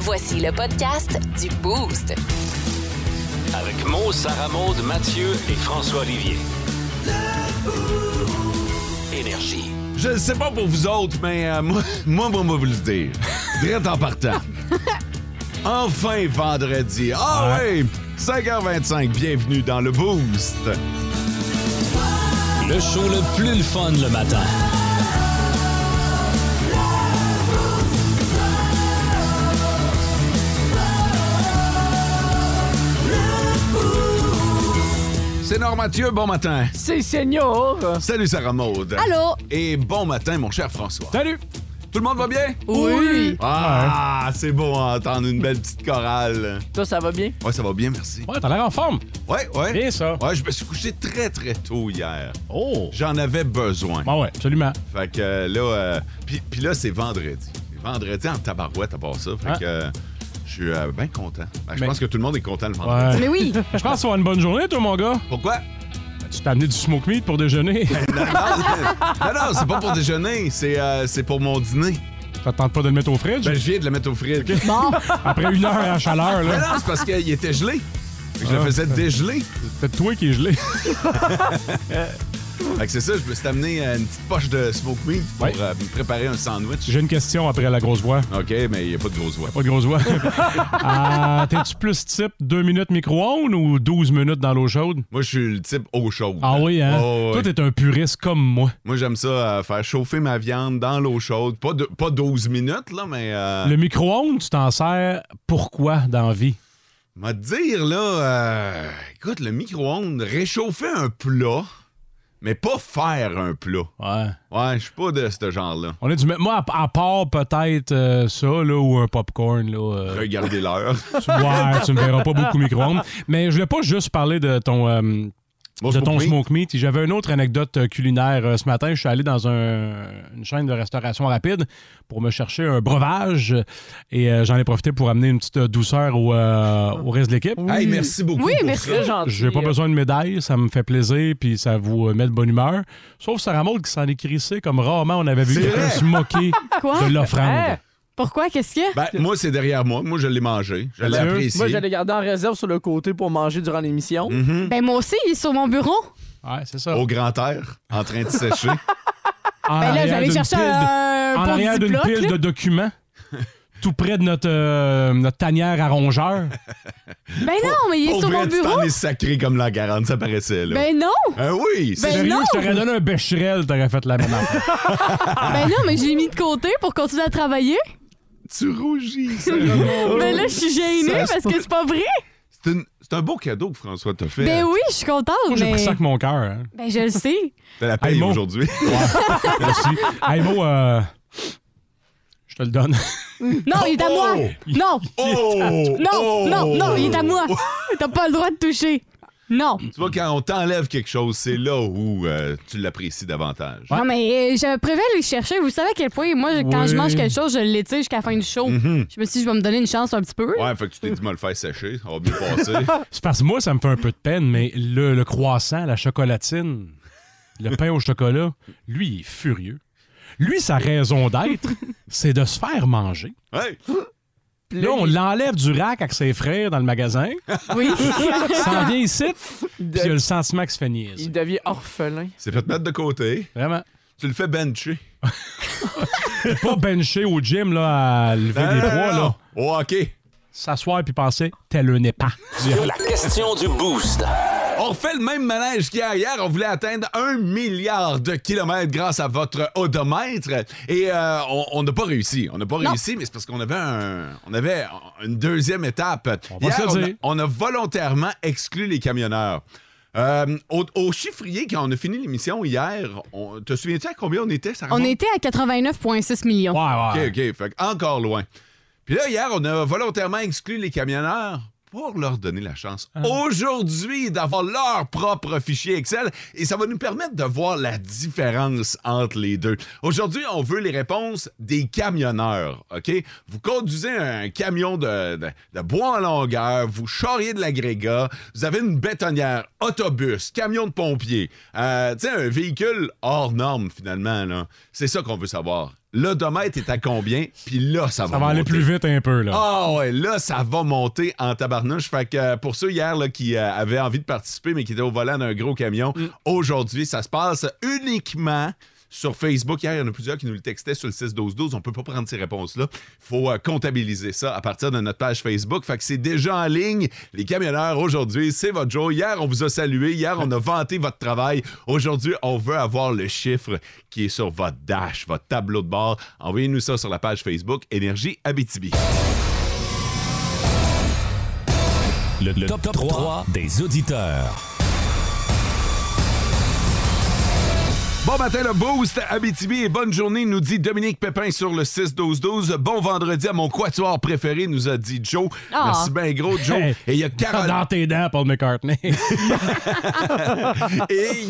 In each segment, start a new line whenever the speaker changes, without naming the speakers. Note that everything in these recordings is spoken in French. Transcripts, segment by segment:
Voici le podcast du Boost.
Avec Mo, Sarah Maud, Mathieu et François Olivier. Énergie.
Je sais pas pour vous autres, mais euh, moi, moi, moi, moi, vous le dire. Direct en partant. Enfin vendredi. Ah oui! 5h25, bienvenue dans le Boost.
Le show le plus le fun le matin.
C'est Norm Mathieu, bon matin.
C'est Seigneur.
Salut Sarah Maud.
Allô?
Et bon matin, mon cher François.
Salut.
Tout le monde va bien?
Oui.
Ah, c'est beau entendre une belle petite chorale.
Toi, ça va bien?
Ouais, ça va bien, merci.
Ouais, t'as l'air en forme.
Ouais, ouais.
Bien ça.
Ouais, je me suis couché très très tôt hier.
Oh.
J'en avais besoin.
Bah ouais, absolument.
Fait que euh, là, euh, puis, puis là, c'est vendredi. C'est Vendredi en tabarouette à part ça. Fait
Ah.
que euh, je suis bien content. Ben, je
Mais-
pense que tout le monde est content le vendredi.
Ouais.
Mais oui.
Je pense que ça va une bonne journée, toi, mon gars.
Pourquoi?
Tu t'as amené du smoke meat pour déjeuner.
Non, non, non, non, c'est pas pour déjeuner, c'est euh, c'est pour mon dîner.
ça te tente pas de le mettre au fridge?
Ben, je viens de le mettre au fridge.
Bon,
Après une heure à la chaleur,
Mais
là.
non, c'est parce qu'il était gelé. Fait que je le
Ah.
faisais dégeler.
C'est toi qui est gelé.
Fait que c'est ça, je me suis amené euh, une petite poche de smoke meat pour
Ouais.
euh, me préparer un sandwich.
J'ai une question après la grosse voix.
OK, mais il n'y a pas de grosse voix.
Pas de grosse voix. Ah, T'es-tu plus type 2 minutes micro-ondes ou 12 minutes dans l'eau chaude?
Moi, je suis le type eau chaude.
Ah oui, hein?
Oh, ouais.
Toi, t'es un puriste comme moi.
Moi, j'aime ça, euh, faire chauffer ma viande dans l'eau chaude. Pas, de, pas 12 minutes, là, mais... euh,
Le micro-ondes, tu t'en sers pourquoi dans la vie?
M'a dire, là, euh, écoute, le micro-ondes, réchauffer un plat, mais pas faire un plat.
Ouais.
Ouais, je suis pas de ce genre-là.
On est du même. Moi, à, à part peut-être euh, ça, là, ou un popcorn, là. euh,
Regardez l'heure.
tu, ouais, tu me verras pas beaucoup micro-ondes. Mais je voulais pas juste parler de ton, euh,
Bon,
de
c'est
ton
pas pire.
smoke meat. J'avais une autre anecdote euh, culinaire. Euh, Ce matin, je suis allé dans un- une chaîne de restauration rapide pour me chercher un breuvage et euh, j'en ai profité pour amener une petite euh, douceur au, euh, au reste de l'équipe.
Hey, merci beaucoup.
Oui,
pour
merci.
ça.
Très gentil.
J'ai pas besoin de médaille, ça me fait plaisir puis ça vous euh, met de bonne humeur. Sauf Sarah Maud qui s'en est crissée comme rarement on avait vu
C'est
quelqu'un
vrai.
se moquer
quoi?
de l'offrande.
Hein?
Pourquoi? Qu'est-ce qu'il y a?
Ben, moi, c'est derrière moi. Moi, je l'ai mangé. Je l'ai
Mathieu,
apprécié.
Ben, Moi, j'allais garder en réserve sur le côté pour manger durant l'émission.
Mhm.
Ben, moi aussi, il est sur mon bureau.
Ouais, c'est ça.
Au grand air, en train de sécher.
En
Ben là,
arrière
je vais aller
d'une
chercher
pile
un
de- en
pot
arrière
de
d'une
Ziploc,
pile
là.
de documents, tout près de notre, euh, notre tanière à rongeurs.
Ben non, mais il est
Pour
sur
vrai,
mon
tu t'en
bureau.
es sacré comme la 40, ça paraissait, là.
Ben non,
Ah oui! c'est-
Ben
Sérieux,
non!
je t'aurais donné un bécherel, t'aurais fait la même affaire.
ben non, mais je l'ai mis de côté pour continuer à travailler.
Tu rougis, ça.
Ben là, je suis gênée
Ça se
parce que c'est pas vrai.
C'est une- c'est un beau cadeau que François t'a fait.
Ben oui, je suis contente,
Moi, j'ai
mais...
pris ça avec mon cœur. hein.
Ben je le sais.
T'as la paye
Hey, mon-
aujourd'hui.
Merci. hey, Mo, euh, je te le donne.
Non, il est à
Oh!
moi. Non,
Oh!
non,
Oh!
non, non, il est à moi. T'as pas le droit de toucher. Non.
Tu vois, quand on t'enlève quelque chose, c'est là où euh, tu l'apprécies davantage.
Non, mais euh, je préfère le chercher. Vous savez à quel point, moi, quand je
Oui.
mange quelque chose, je l'étire jusqu'à la fin du show. Je me suis dit, je vais me donner une chance un petit peu.
Mm-hmm. Ouais, fait que tu t'es dit, me le faire sécher, ça va bien passer.
C'est parce que moi, ça me fait un peu de peine, mais le, le croissant, la chocolatine, le pain au chocolat, lui, il est furieux. Lui, sa raison d'être, c'est de se faire manger.
Ouais.
Là, on l'enlève du rack avec ses frères dans le magasin.
Oui.
s'en vient ici,
Il,
puis il a
Ah. de-
le sentiment qu'il se fait niaiser.
il devient orphelin.
C'est fait mettre de côté.
Vraiment.
Tu le fais bencher.
Pas benché au gym, là, à lever
Non,
des
non,
poids,
non.
là.
Oh, OK.
S'asseoir puis penser, tel un pas.
La question du boost.
On refait le même manège qu'hier. Hier, on voulait atteindre un milliard de kilomètres grâce à votre odomètre. Et euh, on on n'a pas réussi. On n'a pas réussi, mais c'est parce qu'on avait, un- on avait une deuxième étape.
On va se le
on, a,
dire.
on a volontairement exclu les camionneurs. Euh, au, au chiffrier, quand on a fini l'émission hier, on, te souviens-tu à combien on était? Sarah
On
Maud?
était à 89,6 millions.
Ouais, ouais.
OK, OK. Fait que encore loin. Puis là, hier, on a volontairement exclu les camionneurs pour leur donner la chance
Hein?
aujourd'hui d'avoir leur propre fichier Excel et ça va nous permettre de voir la différence entre les deux. Aujourd'hui, on veut les réponses des camionneurs, OK? Vous conduisez un camion de, de- de bois en longueur, vous charriez de l'agrégat, vous avez une bétonnière, autobus, camion de pompiers, euh, tu sais, un véhicule hors norme finalement, là. C'est ça qu'on veut savoir. l'odomètre est à combien, puis là, ça va
Ça va aller
monter.
plus vite un peu, là.
Ah ouais, là, ça va monter en tabarnouche. Fait que euh, pour ceux hier là, qui euh, avaient envie de participer, mais qui étaient au volant d'un gros camion, aujourd'hui, ça se passe uniquement sur Facebook. Hier, il y en a plusieurs qui nous le textaient sur le 6-12-12. On peut pas prendre ces réponses-là. faut euh, comptabiliser ça à partir de notre page Facebook. Fait que c'est déjà en ligne. Les camionneurs, aujourd'hui, c'est votre jour. Hier, on vous a salué. Hier, on a vanté votre travail. Aujourd'hui, on veut avoir le chiffre qui est sur votre dash, votre tableau de bord. Envoyez-nous ça sur la page Facebook Énergie Abitibi.
Le, top, 3, des auditeurs.
Bon matin, le boost Abitibi et bonne journée, nous dit Dominique Pépin sur le 6-12-12. Bon vendredi à mon quatuor préféré, nous a dit Joe.
Ah.
Merci bien gros, Joe.
Hey,
Et il y a Caroline.
Dans tes dents, Paul McCartney.
Et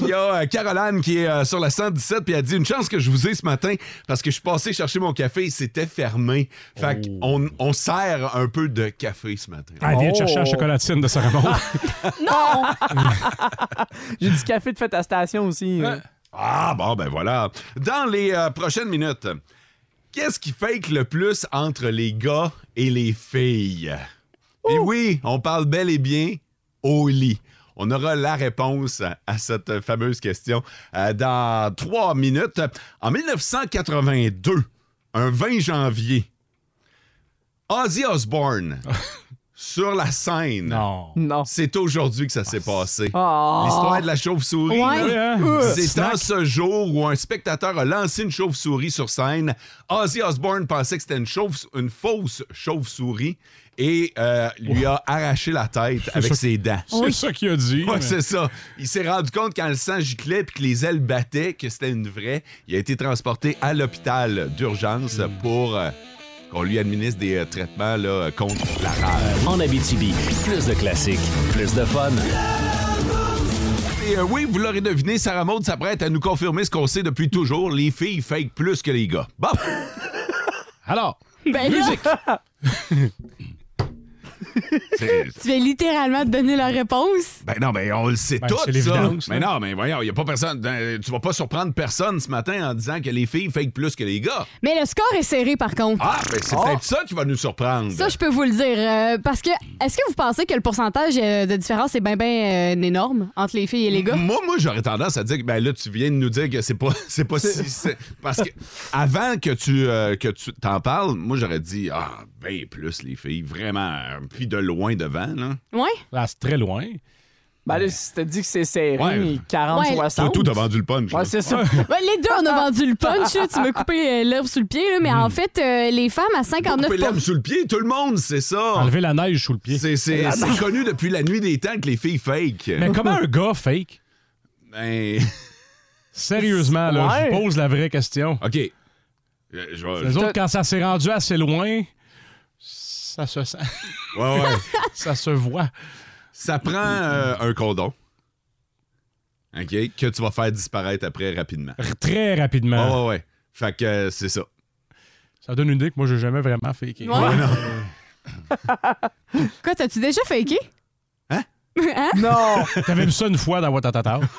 il y a euh, Caroline qui est euh, sur la 117 puis elle dit une chance que je vous ai ce matin parce que je suis passé chercher mon café et c'était fermé. Fait qu'on on sert un peu de café ce matin.
Oh. Ah, viens te chercher la
Oh.
chocolatine de Saramon.
Ah.
Oh!
J'ai du café de fête à station aussi. euh.
Ah bon ben voilà. Dans les euh, prochaines minutes, qu'est-ce qui fake le plus entre les gars et les filles Et oui, on parle bel et bien au lit. On aura la réponse à cette fameuse question euh, dans trois minutes. En 1982, un 20 janvier, Ozzy Osbourne sur la scène.
Non.
Non.
C'est aujourd'hui que ça s'est passé.
Ah.
L'histoire de la chauve-souris. là.
Oui, hein?
C'est en ce jour où un spectateur a lancé une chauve-souris sur scène. Ozzy Osbourne pensait que c'était une, chauve- une fausse chauve-souris et euh, lui a arraché la tête avec
ça.
ses dents.
C'est ça qu'il a dit.
Ouais,
mais-
c'est ça. Il s'est rendu compte quand le sang giclait puis que les ailes battaient que c'était une vraie. Il a été transporté à l'hôpital d'urgence pour euh, qu'on lui administre des euh, traitements là, contre la rage.
En Abitibi, plus de classiques, plus de fun.
Et euh, oui, vous l'aurez deviné, Sarah Maud s'apprête à nous confirmer ce qu'on sait depuis toujours. Les filles fake plus que les gars. Bon!
Alors,
Ben là,
musique.
C'est-
tu vas littéralement te donner la réponse.
Ben non, mais on le sait
Ben,
tout,
c'est
ça.
l'évidence,
Mais
là.
non, mais voyons, y a pas personne. euh, Tu vas pas surprendre personne ce matin en disant que les filles fake plus que les gars.
Mais le score est serré, par contre.
Ah, ben c'est peut-être ça qui va nous surprendre.
Ça, je peux vous le dire. euh, parce que, est-ce que vous pensez que le pourcentage euh, de différence est bien, bien énorme entre les filles et les gars?
Moi, moi, j'aurais tendance à dire que ben là, tu viens de nous dire que c'est pas, c'est pas si. c'est- Parce que avant que tu euh, que tu t'en parles, moi j'aurais dit ah ben plus les filles, vraiment, euh, puis de loin devant là.
Ouais.
Ah, c'est très loin.
Ben là, si t'as dit que c'est serré,
Ouais.
40,
Ouais.
60.
Surtout t'as vendu le punch.
Ouais,
là.
c'est ça.
Ben, les deux, on a vendu le punch. là. Tu m'as coupé euh, l'herbe sous le pied. là. mais
Hmm.
en fait, euh, les femmes à 59
Couper l'herbe sous le pied, tout le monde, c'est ça.
Enlever la neige sous le pied.
C'est, c'est- c'est connu depuis la nuit des temps que les filles fake.
Mais comment un gars fake?
Ben,
Sérieusement, là, je
Ouais.
vous pose la vraie question.
OK. Euh, Je vais-
Les autres, quand ça s'est rendu assez loin, ça se sent.
Ah, Ouais, ouais.
ça se voit.
Ça prend euh, un condom. OK? Que tu vas faire disparaître après rapidement.
R- Très rapidement.
Ouais, ouais, ouais. Fait que euh, c'est ça.
Ça donne une idée que moi, j'ai jamais vraiment fake.
Ouais. Quoi, t'as-tu déjà faké?
Hein?
Hein?
non.
T'avais vu ça une fois dans Watatata.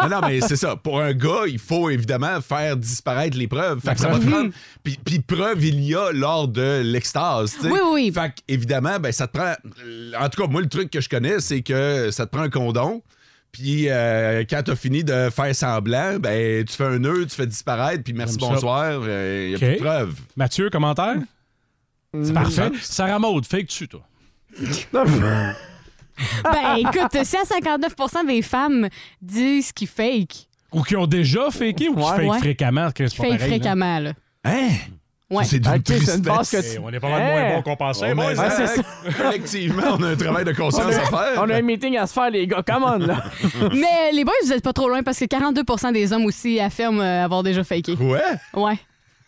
Non, non, mais c'est ça. Pour un gars, il faut évidemment faire disparaître les preuves. Fait que ça va te prendre. Puis, puis preuve, il y a lors de l'extase. tu sais.
Oui, oui.
Fait que, évidemment, ben, ça te prend. En tout cas, moi, le truc que je connais, c'est que ça te prend un condom. Puis euh, quand t'as fini de faire semblant, ben tu fais un nœud, tu fais disparaître, puis merci,
J'aime ça.
bonsoir. Il n'y a
OK.
plus de preuves.
Mathieu, commentaire? C'est parfait. Sarah Maud, fake-tu, toi?
Ben écoute, si à 59 des femmes disent qu'ils fake,
Ou qui ont déjà faké ou qui
Ouais.
fake
Ouais.
fréquemment? que c'est
qu'ils
pas
fake
pareil, là.
fréquemment, là.
Hein?
Ouais.
Ça, C'est d'une
Ok, c'est une base
tristesse.
que
Et
tu...
Eh, on est pas mal moins
Hey.
bon qu'on pensait.
Ouais,
boys,
mais
hein?
Ouais, c'est ça.
Collectivement, on a un travail de conscience à faire.
On a un meeting à se faire, les gars. Come on, là.
Hum.
Mais les boys, vous êtes pas trop loin parce que 42 des hommes aussi affirment euh, avoir déjà faké.
Ouais?
Ouais.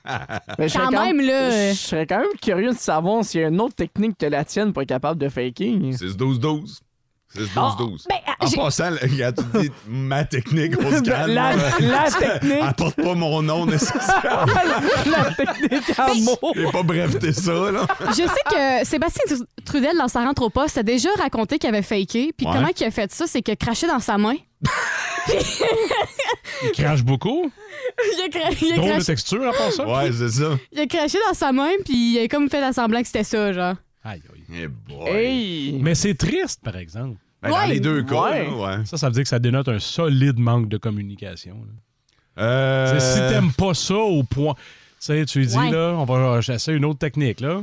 Mais je serais
Quand même, là, euh,
Je serais quand même curieux de savoir s'il y a une autre technique que la tienne pour être capable de faking.
6-12-12. 6-12-12.
ben, ah,
en
j'ai-
passant, quand tu dis ma technique, on se calme.
La, la technique.
Apporte pas mon nom nécessairement.
Ben,
la technique à mots.
J'ai pas breveté ça, là.
Je sais que Sébastien Tru- Trudel, dans sa rentre au poste, a déjà raconté qu'il avait faké. Puis
Ouais.
comment il a fait ça, c'est que craché dans sa main.
Il crache beaucoup.
il, a cra- il a
Drôle de
craché,
texture, à part ça.
Ouais, c'est ça.
il a craché dans sa main, puis il a comme fait la semblant que c'était ça, genre.
Aïe, aïe.
Eh boy.
Hey!
Mais c'est triste, par exemple.
Ben, dans
Ouais.
les deux cas,
Ouais.
là, ouais.
Ça, ça veut dire que ça dénote un solide manque de communication. là.
Euh,
C'est Si t'aimes pas ça au point. Tu sais, tu lui dis,
Ouais.
là, on va chasser une autre technique, là.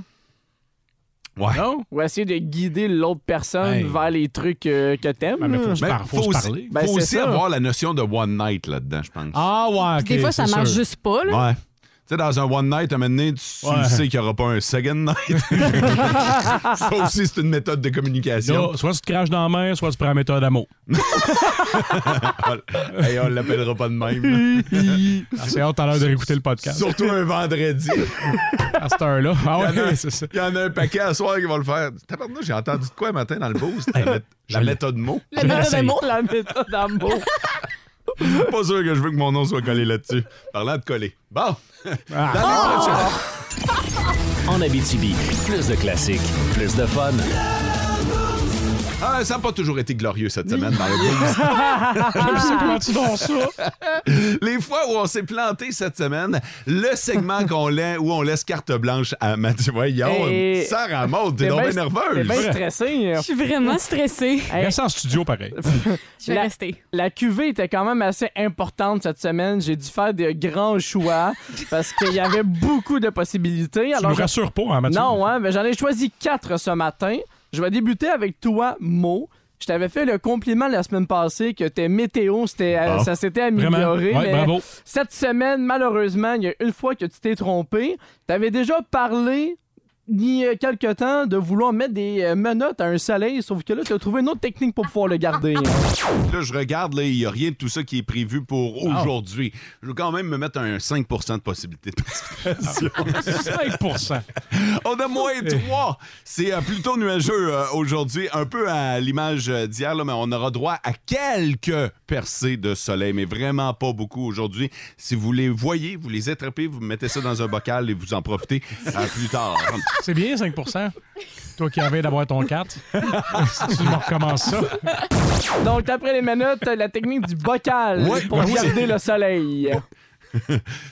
Ouais.
Non?
Ou essayer de guider l'autre personne
Hey.
vers les trucs euh, que t'aimes.
Ben, mais faut,
là.
se
Mais
par- faut
faut
se
aussi-
parler.
Ben,
faut
c'est
aussi
ça.
avoir la notion de one night là-dedans, je pense.
Ah, ouais,
Puis des
ok,
fois, ça
c'est
marche
sûr.
juste pas, là.
Ouais. Tu sais, dans un one night, à un moment donné, tu
Ouais.
le sais qu'il n'y aura pas un second night. ça aussi, c'est une méthode de communication.
Là, soit tu te craches dans la main, soit tu prends la méthode amour.
Hey, on l'appellera pas de même.
Ah, C'est hâte à l'heure de réécouter le podcast.
Surtout un vendredi.
À cette heure-là. Ah
Il y en a-
ouais, c'est ça.
Il y en a un paquet à soir qui vont le faire. Tabarnak, j'ai entendu de quoi un matin dans le boost? La, mé- la
Je l'ai.
méthode mot.
La méthode de
l'essaye.
mots.
La méthode d'amour.
Pas sûr que je veux que mon nom soit collé là-dessus. Parlant de coller. Bon.
Ah.
Dans les prochaines-
En Abitibi, plus de classiques, plus de fun.
Ah, ça n'a pas toujours été glorieux cette semaine dans le boost.
Je sais comment tu dors ça.
Les fois où on s'est planté cette semaine, le segment qu'on l'a- où on laisse carte blanche à Mathieu. Voyons,
Et-
Sarah Maud, t'es donc bien
T'es
nerveuse.
bien stressé.
Je suis vraiment stressée.
Hey.
Reste en studio, pareil.
Je vais
La-
rester.
La cuvée était quand même assez importante cette semaine. J'ai dû faire de grands choix parce qu'il y avait beaucoup de possibilités.
Tu me
Alors, je-
rassures pas, hein, Mathieu?
non, hein, mais j'en ai choisi quatre ce matin. Je vais débuter avec toi, Mo. Je t'avais fait le compliment la semaine passée que tes météos, c'était, euh,
Bon.
ça s'était
Ah. Vraiment?
amélioré.
Ouais,
mais
bravo.
Cette semaine, malheureusement, il y a une fois que tu t'es trompé. Tu avais déjà parlé il y a quelque temps de vouloir mettre des euh, menottes à un soleil, sauf que là, tu as trouvé une autre technique pour pouvoir le garder.
Là, je regarde, là, il n'y a rien de tout ça qui est prévu pour aujourd'hui. Je veux quand même me mettre un 5 de possibilité de participation.
5
On a moins 3. C'est euh, plutôt nuageux euh, aujourd'hui, un peu à l'image euh, d'hier, là, mais on aura droit à quelques percées de soleil, mais vraiment pas beaucoup aujourd'hui. Si vous les voyez, vous les attrapez, vous mettez ça dans un bocal et vous en profitez euh, plus tard.
C'est bien, 5 Toi qui avais d'avoir ton 4. si tu me recommences ça.
Donc, après les menottes, la technique du bocal
Ouais,
pour
ben oui,
garder
c'est-
le soleil.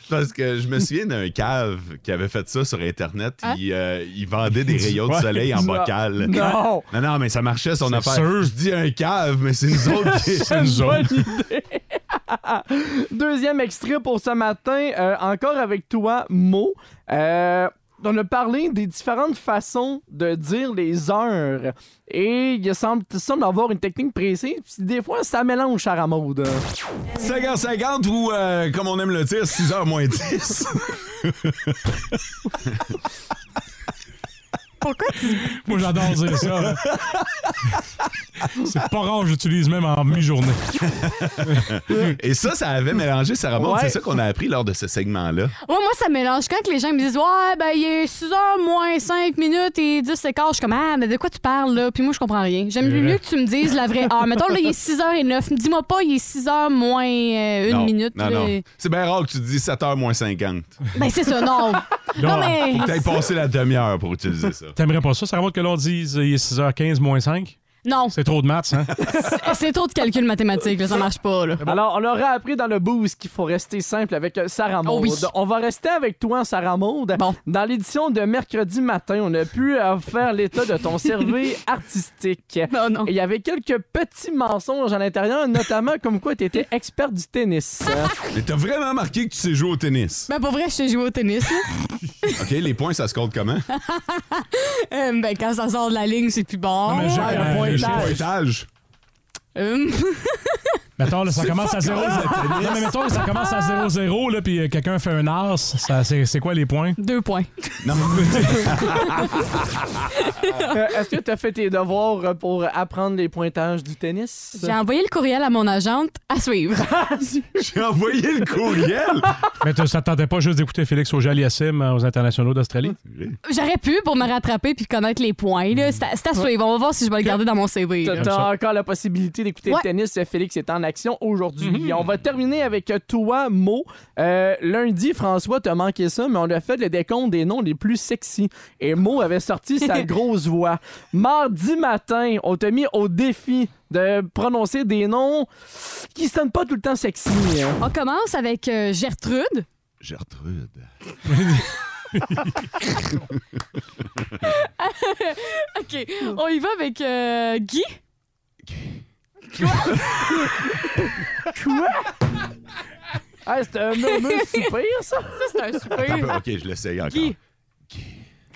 Parce que je me souviens d'un cave qui avait fait ça sur Internet. Il, euh, il vendait des rayons de
Ouais.
soleil en
Non.
bocal.
Non.
Non, non, mais ça marchait son
C'est
affaire.
sûr.
Je dis un cave, mais c'est nous autres qui.
C'est nous autres.
Bonne idée. Deuxième extrait pour ce matin, euh, encore avec toi, Mo. Euh, on a parlé des différentes façons de dire les heures. Et il semble, il semble avoir une technique précise. puis des fois, ça mélange, Sarah Maud.
5h50 ou, euh, comme on aime le dire, 6h moins 10.
Moi, j'adore dire ça. là. C'est pas rare, j'utilise même en mi-journée.
Et ça, ça avait mélangé Sarah Maud.
Ouais.
C'est ça qu'on a appris lors de ce segment-là.
Ouais, moi, ça mélange. Quand que les gens me disent, ouais, ben, il est 6 h moins 5 minutes et 10 secondes, je suis comme, ah, mais de quoi tu parles, là? Puis moi, je comprends rien. J'aime
C'est vrai.
mieux que tu me dises la vraie heure. Mettons, là, il est 6 h et 9. Dis-moi pas, il est 6 h moins euh, une
Non,
minute.
Non,
là.
non. C'est bien rare que tu dis 7h moins 50.
Ben, c'est ça, non. non,
Non.
mais.
T'as passé la demi-heure pour utiliser ça.
T'aimerais pas ça? Ça remonte que l'on dise euh, il est 6h15 moins 5?
Non,
C'est trop de maths, hein?
Eh, c'est trop de calcul mathématique, là, ça marche pas, là.
Alors, on aura appris dans le boost qu'il faut rester simple avec euh, Sarah Maud.
Oh oui.
On va rester avec toi, Sarah Maud.
Bon.
Dans l'édition de mercredi matin, on a pu euh, faire l'état de ton cerveau artistique.
Non, non.
Et Il y avait quelques petits mensonges à l'intérieur, notamment comme quoi tu étais expert du tennis.
Mais t'as vraiment marqué que tu sais jouer au tennis.
Ben, pour vrai, je sais jouer au tennis, là.
OK, les points, ça se compte comment?
Euh, ben, quand ça sort de la ligne, c'est plus bon.
Non, mais j'ai-
le
euh,
pointage.
j'ai-
Pointage.
Hum.
Mettons, là, ça commence à 0 Non, mais mettons, ça commence à 0-0, là, puis euh, quelqu'un fait un as. Ça, c'est, c'est quoi les points?
Deux points.
Non, mais-
Euh, Est-ce que tu as fait tes devoirs euh, pour apprendre les pointages du tennis?
J'ai envoyé le courriel à mon agente à suivre.
j'ai envoyé le courriel.
Mais t- ça te tentait pas juste d'écouter Félix Auger-Aliassime euh, aux internationaux d'Australie?
Ah,
J'aurais pu pour me rattraper puis connaître les points. là. C'est à, c'est à suivre. On va voir si je vais le garder dans mon CV.
T'as
là.
t'as encore la possibilité d'écouter
Ouais.
le tennis, euh, Félix étant en action aujourd'hui. Et On va terminer avec toi, Mo. Euh, lundi, François, t'as manqué ça, mais on a fait le décompte des noms les plus sexy. Et Mo avait sorti sa grosse voix. Mardi matin, on t'a mis au défi de prononcer des noms qui sonnent pas tout le temps sexy. hein.
On commence avec euh, Gertrude.
Gertrude.
OK, on y va avec euh, Guy.
Ah, c'est un murmure soupir, ça?
Ça, c'est un
Attends un peu,
super.
ok, je l'essaye encore.
Guy.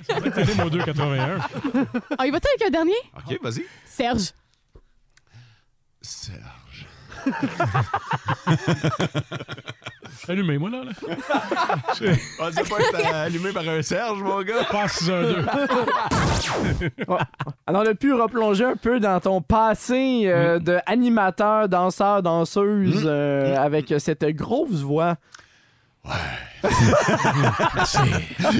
C'était mon 281.
On y va avec un dernier?
Ok, vas-y.
Serge.
Serge.
Allumez-moi, là. là.
On dit pas être euh, allumé par un Serge, mon gars.
Pas 612.
Alors, on a pu replonger un peu dans ton passé euh,
Mm.
de animateur, danseur, danseuse euh, avec cette grosse voix.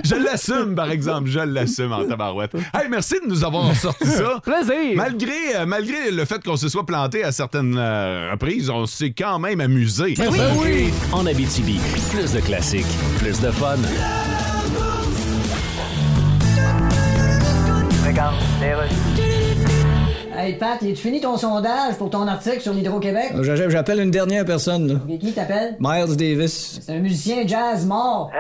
Je l'assume, par exemple. Je l'assume en tabarouette. Hey, merci de nous avoir sorti ça.
Plaisir!
Malgré, euh, malgré le fait qu'on se soit planté à certaines euh, reprises, on s'est quand même amusé.
En Abitibi, plus de classiques, plus de fun.
Hey Pat, tu fini ton sondage pour ton article sur l'Hydro-Québec?
J'a- J'appelle une dernière personne, là.
Qui t'appelle?
Miles Davis.
C'est un musicien jazz mort.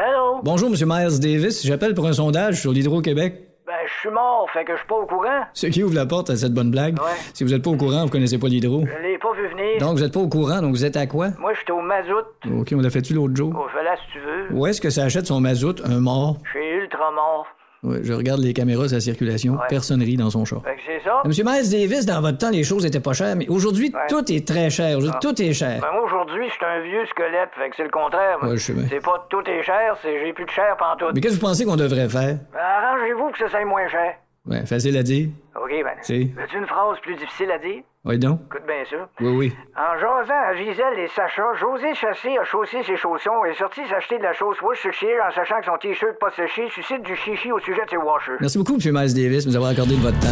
Bonjour, Monsieur Miles Davis. J'appelle pour un sondage sur l'Hydro-Québec.
Ben, je suis mort, fait que je suis pas au courant.
Ceux qui ouvrent la porte à cette bonne blague. Si vous êtes pas au courant, vous connaissez pas l'Hydro.
Je l'ai pas vu venir.
Donc, vous êtes pas au courant, donc vous êtes à quoi?
Moi, j'étais au Mazout.
OK, on l'a fait-tu l'autre jour?
Au Fela, si tu veux.
Où est-ce que ça achète son mazout, un mort?
Je suis ultra mort.
Ouais, je regarde les caméras de sa circulation. Personne rit dans son char.
Fait que c'est ça.
Monsieur Miles Davis, dans votre temps, les choses étaient pas chères, mais aujourd'hui, tout est très cher. Aujourd'hui, Tout est cher.
Ben, moi, aujourd'hui, je suis un vieux squelette, fait que c'est le contraire. moi.
Ouais, je sais bien.
C'est pas tout est cher, c'est j'ai plus de chair pantoute.
Mais qu'est-ce que vous pensez qu'on devrait faire?
Ben, arrangez-vous que ça soit moins cher.
Ouais, facile à dire.
OK, ben.
Si.
As-tu une phrase plus difficile à dire?
Oui, donc.
Écoute bien ça.
Oui, oui.
En jasant à Gisèle et Sacha, José Chassé a chaussé ses chaussons et est sorti s'acheter de la chausse Worcestershire en sachant que son t-shirt pas séché suscite du chichi au sujet de ses washers.
Merci beaucoup, M. Miles Davis, de nous avoir accordé de votre temps.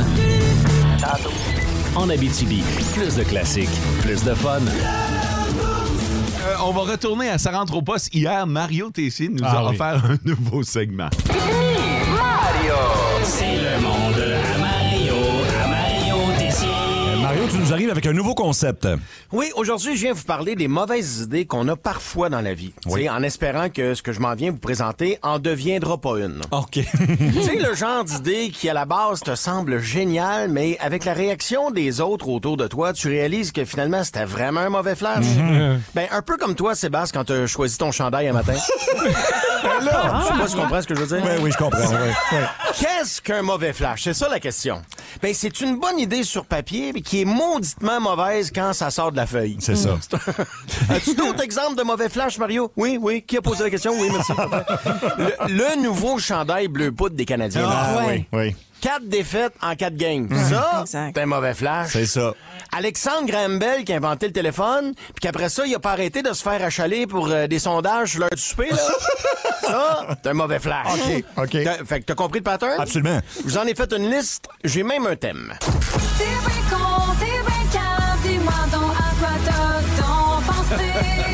En Abitibi, plus de classiques, plus de fun.
Euh, on va retourner à Ça rentre au poste. Hier, Mario Tessier nous
Ah
a
oui.
offert un nouveau segment.
C'est le monde à Mario, à Mario Tessier.
Euh, Mario, tu nous arrives avec un nouveau concept.
Oui, aujourd'hui, je viens vous parler des mauvaises idées qu'on a parfois dans la vie. Tu sais, En espérant que ce que je m'en viens vous présenter en deviendra pas une.
OK.
tu sais, le genre d'idée qui, à la base, te semble génial, mais avec la réaction des autres autour de toi, tu réalises que finalement, c'était vraiment un mauvais flash.
Mhm.
Ben, un peu comme toi, Sébastien, quand tu as choisi ton chandail un matin. Ben là, je sais pas si tu comprends ce que je veux dire.
Ah, oui, oui, je comprends. ouais.
Qu'est-ce qu'un mauvais flash? C'est ça la question. Ben, c'est une bonne idée sur papier, mais qui est mauditement mauvaise quand ça sort de la feuille.
C'est ça.
As-tu d'autres exemples de mauvais flash, Mario? Oui, oui. Qui a posé la question? Oui, merci. Le, le nouveau chandail bleu poudre des Canadiens.
Ah,
Ouais.
oui, oui.
Quatre défaites en quatre games. Ça,
Exact.
c'est un mauvais flash.
C'est ça.
Alexandre Graham Bell qui a inventé le téléphone, puis qu'après ça, il a pas arrêté de se faire achaler pour euh, des sondages sur l'heure du souper, là. ça, c'est un mauvais flash.
OK, OK.
T'as- fait que t'as compris le pattern?
Absolument.
Je vous en ai fait une liste, j'ai même un thème.
T'es bien con, t'es bien calme, dis-moi donc à quoi t'as donc pensé.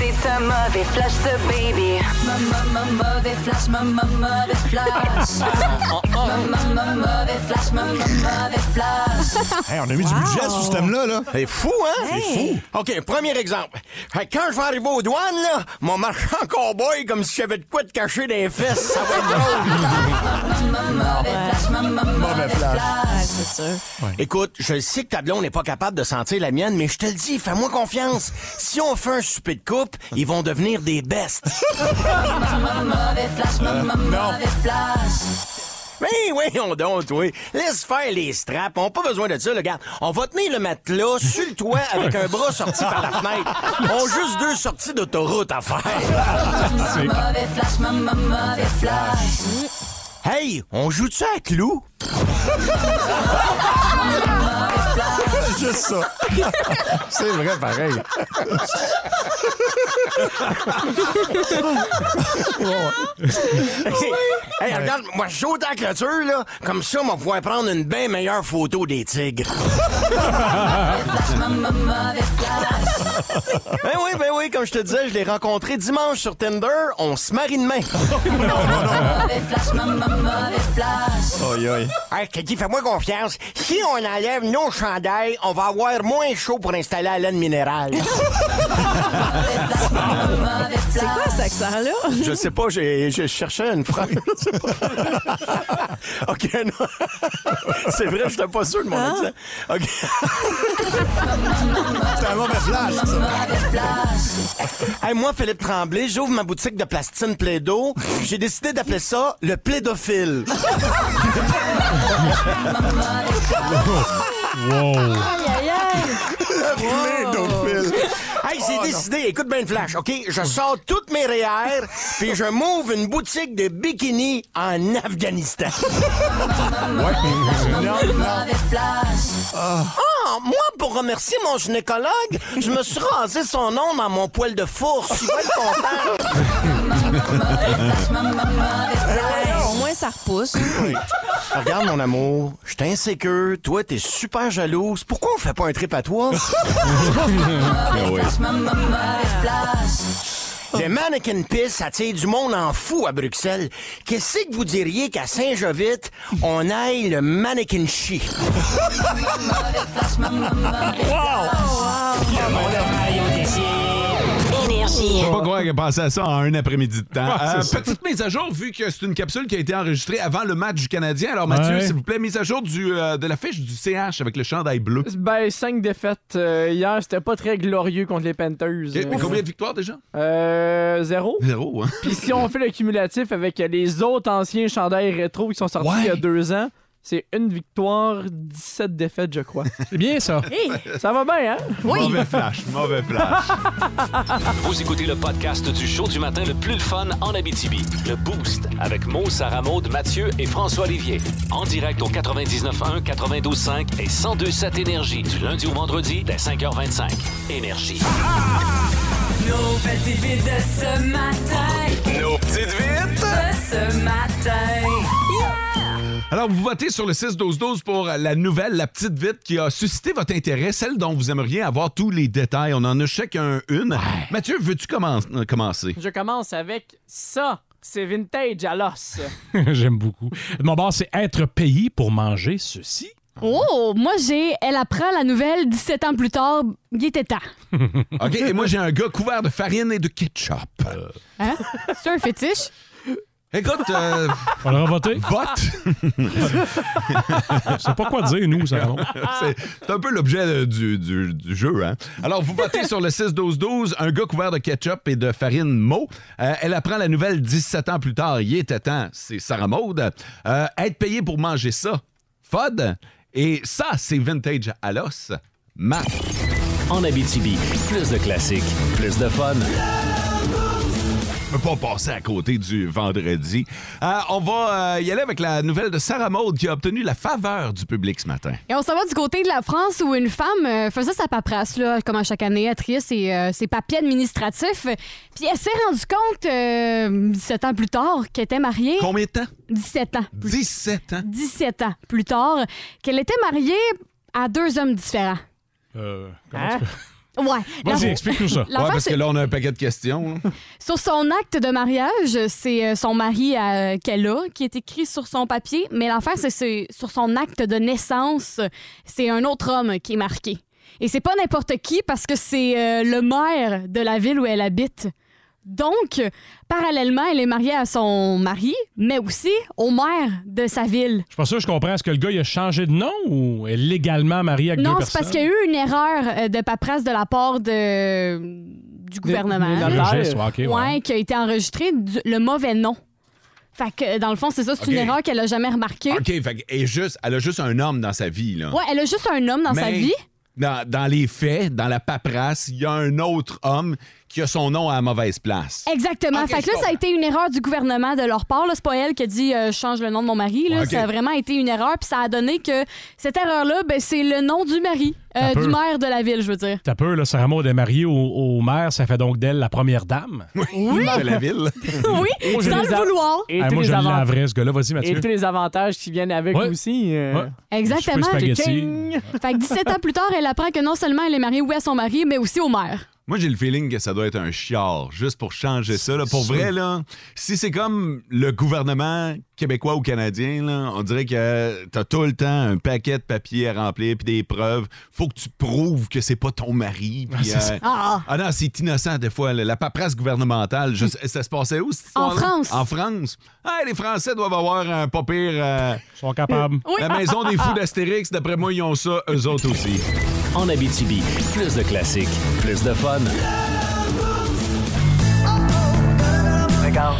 C'est un mauvais flash de baby.
Ma- ma- ma- Mauvais flash, ma- ma- mauvais flash. Ma- ma- ma- Mauvais flash, ma- ma- mauvais flash.
Hey, on a mis du budget sur ce thème-là. Là.
C'est fou, hein? C'est fou. OK, premier exemple. Fait que Quand je vais arriver aux douanes, là, mon marchand cowboy comme si j'avais de quoi te cacher des fesses. Ça va être drôle.
Ma- Mauvais flash, ma- ma- mauvais flash.
Écoute, je sais que ta blonde n'est pas capable de sentir la mienne, mais je te le dis, fais-moi confiance. Si on fait un souper de coupe, ils vont devenir des bestes.
Ma- Mauvais flash, ma- ma- mauvais flash.
Oui, oui, on donne, oui. Laisse faire les straps. On n'a pas besoin de ça, le gars. On va tenir le matelas sur le toit avec un bras sorti par la fenêtre. On a juste deux sorties d'autoroute à faire.
Mauvais flash, ma- ma- mauvais flash.
Hey, on joue-tu à clou?
Mauvais flash.
Juste ça. C'est vrai, pareil.
hey, hey, regarde, moi, je saute à la clôture, là. Comme ça, on va pouvoir prendre une bien meilleure photo des tigres.
Maman, maman, des flashs.
ben oui, ben oui, comme je te disais, je l'ai rencontré dimanche sur Tinder. On se marie demain.
Maman, des flashs. Maman, maman, des flashs.
Aïe, aïe. Hey, Kiki, fais-moi confiance. Si on enlève nos chandails, on va avoir moins chaud pour installer la laine minérale.
C'est quoi cet accent-là?
je sais pas, j'ai- je cherchais une phrase. je sais pas. OK, non. C'est vrai, j'étais pas sûr de mon accent. OK.
C'est un mauvais flash, ça.
Hey, moi, Philippe Tremblay, j'ouvre ma boutique de plastine plaido. J'ai décidé d'appeler ça le plaidophile.
Wow.
Aïe, Oh, aïe, aïe!
Plaidophile. Hey, j'ai décidé, écoute bien le flash, OK? Je sors toutes mes REER, puis je m'ouvre une boutique de bikini en Afghanistan.
Maman, des flashs.
Ah, moi, pour remercier mon gynécologue, je me suis rasé son nom dans mon poil de four. Je suis bien content.
Ouais, Au moins, ça repousse.
Regarde, mon amour, je suis insécure. Toi, t'es super jalouse. Pourquoi on fait pas un trip à toi?
Ben Maman, des flashs.
Le mannequin piss attire du monde en fou à Bruxelles. Qu'est-ce que vous diriez qu'à Saint-Jovite, on aille le mannequin chi?
Je peux pas
Ah.
croire qu'elle pensait à ça en un après-midi de temps. Euh, petite mise à jour, vu que c'est une capsule qui a été enregistrée avant le match du Canadien. Alors, Mathieu,
Ouais.
s'il vous plaît, mise à jour du, euh, de la fiche du CH avec le chandail bleu.
Ben, cinq défaites euh, hier, c'était pas très glorieux contre les Panthers.
Ok, mais
Euh,
combien de victoires déjà?
Euh, zéro.
Zéro, hein?
Puis si on fait le cumulatif avec euh, les autres anciens chandails rétro qui sont sortis
Ouais.
il y a deux ans, c'est une victoire, 17 défaites, je crois.
C'est bien ça.
Hey,
Ça va bien, hein?
Mauvais flash, mauvais flash.
Vous écoutez le podcast du show du matin le plus le fun en Abitibi. Le Boost avec Mo, Sarah Maud, Mathieu et François Olivier. En direct au 99.1, 92.5 et 102.7 Énergie du lundi au vendredi dès 5h25. Énergie.
Nos petites vites de ce matin. Nos petites vites de ce matin.
Alors, vous votez sur le 6-12-12 pour la nouvelle, la petite vite qui a suscité votre intérêt, celle dont vous aimeriez avoir tous les détails. On en a chacun une. Mathieu, veux-tu commen- euh, commencer?
Je commence avec ça. C'est vintage à l'os.
J'aime beaucoup. De mon bord, c'est être payé pour manger ceci.
Oh, moi j'ai. Elle apprend la nouvelle 17 ans plus tard. Il était temps.
OK, et moi, j'ai un gars couvert de farine et de ketchup.
Hein? C'est un fétiche?
Écoute, euh,
On l'a voté.
vote!
Je sais pas quoi dire, nous, ça. non.
C'est c'est un peu l'objet euh, du, du- du jeu. Hein? Alors, vous votez sur le 6-12-12, un gars couvert de ketchup et de farine Mo. Euh, elle apprend la nouvelle 17 ans plus tard. Il était temps, c'est Sarah Maude. Euh, être payé pour manger ça, FOD. Et ça, c'est vintage à l'os. Marc.
En Abitibi, plus de classiques, plus de fun.
Je peux pas passer à côté du vendredi. Euh, on va euh, y aller avec la nouvelle de Sarah Maude qui a obtenu la faveur du public ce matin.
Et on s'en va du côté de la France où une femme euh, faisait sa paperasse, là, comme à chaque année, elle triait ses, euh, ses papiers administratifs. Puis elle s'est rendue compte, euh, 17 ans plus tard, qu'elle était mariée.
Combien de temps?
17 ans.
17 ans.
17 ans plus tard, qu'elle était mariée à deux hommes différents.
Euh, comment
Hein?
tu
Ouais.
peux- Vas-y,
La-
explique-nous ça.
Ouais,
L'affaire,
parce
c'est-
que là, on a un paquet de questions. là.
Sur son acte de mariage, c'est euh, son mari euh, qu'elle a qui est écrit sur son papier, mais l'affaire, c'est- c'est sur son acte de naissance, c'est un autre homme qui est marqué. Et c'est pas n'importe qui parce que c'est euh, le maire de la ville où elle habite. Donc, parallèlement, elle est mariée à son mari, mais aussi au maire de sa ville.
Je suis pas sûr que je comprends. Est-ce que le gars il a changé de nom ou est légalement marié avec
Non,
deux
c'est
personnes?
parce qu'il y a eu une erreur euh, de paperasse de la part de, du gouvernement.
des
là.
notaires.
Un geste, ouais, ok, ouais.
ouais, qui a été enregistré du- le mauvais nom. Fait que, euh, dans le fond, c'est ça, c'est
Ok.
une erreur qu'elle a jamais remarquée.
OK, fait, que- et juste, elle a juste un homme dans sa vie. Là.
Ouais, elle a juste un homme dans sa
Mais
vie.
Dans, dans les faits, dans la paperasse, il y a un autre homme qui a son nom à la mauvaise place.
Exactement.
Ok,
fait que
je
là, ça a
comprends.
été une erreur du gouvernement de leur part. là. C'est pas elle qui a dit euh, Je change le nom de mon mari. là.
Ouais, ok.
Ça a vraiment été une erreur. Puis ça a donné que cette erreur-là, ben, c'est le nom du mari, euh,
Un peu.
du maire de la ville, je veux dire.
T'as peur, là, Sarah Maud est mariée au, au maire, ça fait donc d'elle la première dame.
Oui.
De la ville.
Oui,
Et tous
sans
les
le
a-
vouloir.
Et
Ah,
tous
moi,
les
je
avant-
laverais, ce gars-là. Vas-y, Mathieu.
Et tous les avantages qui viennent avec
Ouais.
aussi. euh,
Ouais.
Exactement.
Cheveux spaghettis.
Ching. Fait que 17 ans plus tard, elle apprend que non seulement elle est mariée oui à son mari, mais aussi au maire.
Moi, j'ai le feeling que ça doit être un chiard, juste pour changer ça. là. Pour
sûr.
vrai, là, si c'est comme le gouvernement québécois ou canadien, là, on dirait que t'as tout le temps un paquet de papiers à remplir puis des preuves. Faut que tu prouves que c'est pas ton mari. puis,
Ah, c'est ça.
Ah.
ah non, c'est innocent des fois. là. La paperasse gouvernementale, je- ça se passait où, cette
En
histoire-là?
France.
En France. Ah, les Français doivent avoir un pas pire... euh,
Ils sont capables.
Oui.
La maison des fous d'Astérix, d'après moi, ils ont ça, eux autres aussi.
En Abitibi, plus de classiques, plus de fun.
Regarde,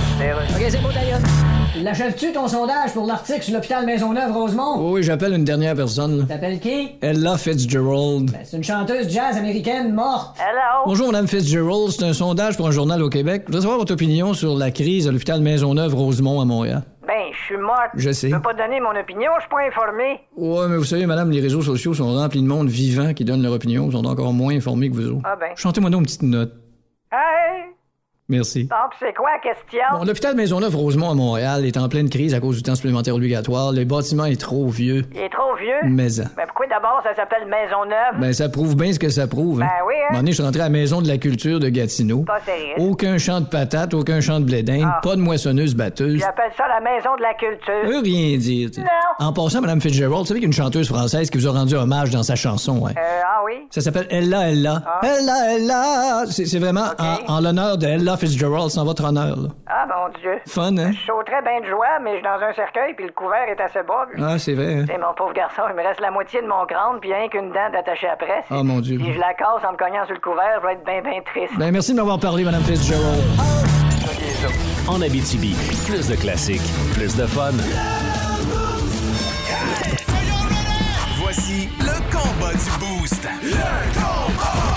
OK, c'est beau, ta gueule. L'achèves-tu ton sondage pour l'article sur l'hôpital Maisonneuve-Rosemont?
Oh, Oui, j'appelle une dernière personne.
T'appelles qui?
Ella Fitzgerald.
C'est une chanteuse jazz américaine morte. Hello?
Bonjour, Madame Fitzgerald. C'est un sondage pour un journal au Québec. Je voudrais savoir votre opinion sur la crise à l'hôpital Maisonneuve-Rosemont à Montréal.
Ben, je suis morte.
Je sais.
peux pas donner mon opinion, je suis pas informé.
Ouais, mais vous savez, Madame, les réseaux sociaux sont remplis de monde vivant qui donne leur opinion. Ils sont encore moins informés que vous autres.
Ah ben.
Chantez-moi donc une petite note.
Hey!
Merci.
Donc, c'est quoi la question?
Bon, l'hôpital Maisonneuve-Rosemont à Montréal est en pleine crise à cause du temps supplémentaire obligatoire. Le bâtiment est trop vieux.
Il est trop vieux?
Mais, hein.
Ben, pourquoi d'abord ça s'appelle Maisonneuve?
Ben, ça prouve bien ce que ça prouve. hein.
Ben oui, hein?
Un moment donné, je suis rentré à la Maison de la Culture de Gatineau.
Pas sérieux.
Oh,
Aucun champ de patates, aucun champ de blé d'Inde,
Ah.
pas de moissonneuse-batteuse.
J'appelle ça la Maison de la Culture.
peut rien dire. tu sais.
Non.
En passant, Mme Fitzgerald, vous savez qu'il y a une chanteuse française qui vous a rendu hommage dans sa chanson. hein.
Euh, ah oui?
Ça s'appelle Ella Ella. Ella Ella! C'est c'est vraiment en, en l'honneur de Ella Fitzgerald, c'est en votre honneur. là.
Ah, mon Dieu.
Fun, hein?
Je sauterais bien de joie, mais je suis dans un cercueil, puis le couvert est assez bas. puis-
Ah, c'est vrai. hein.
C'est mon pauvre garçon, il me reste la moitié de mon crâne, puis rien qu'une dent d'attacher après.
Ah, mon Dieu.
Si je la casse en me cognant sur le couvert, je vais être bien, bien triste.
Ben, merci de m'avoir parlé, Mme Fitzgerald.
En Abitibi, plus de classiques, plus de fun.
Voici le combat du Boost. Le combat!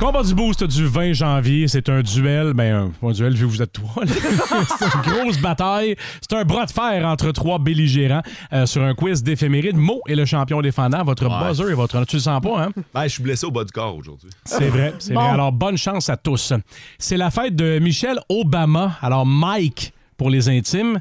Combat du boost du 20 janvier, c'est un duel, mais un, pas un duel vu que vous êtes trois. là. c'est une grosse bataille. C'est un bras de fer entre trois belligérants euh, sur un quiz d'éphéméride. Mo est le champion défendant, votre
Ouais.
buzzer et votre... Tu le sens pas, hein?
Ben, je suis blessé au bas du corps aujourd'hui.
C'est vrai, c'est
Bon.
vrai. Alors, bonne chance à tous. C'est la fête de Michelle Obama. Alors, Mike, pour les intimes,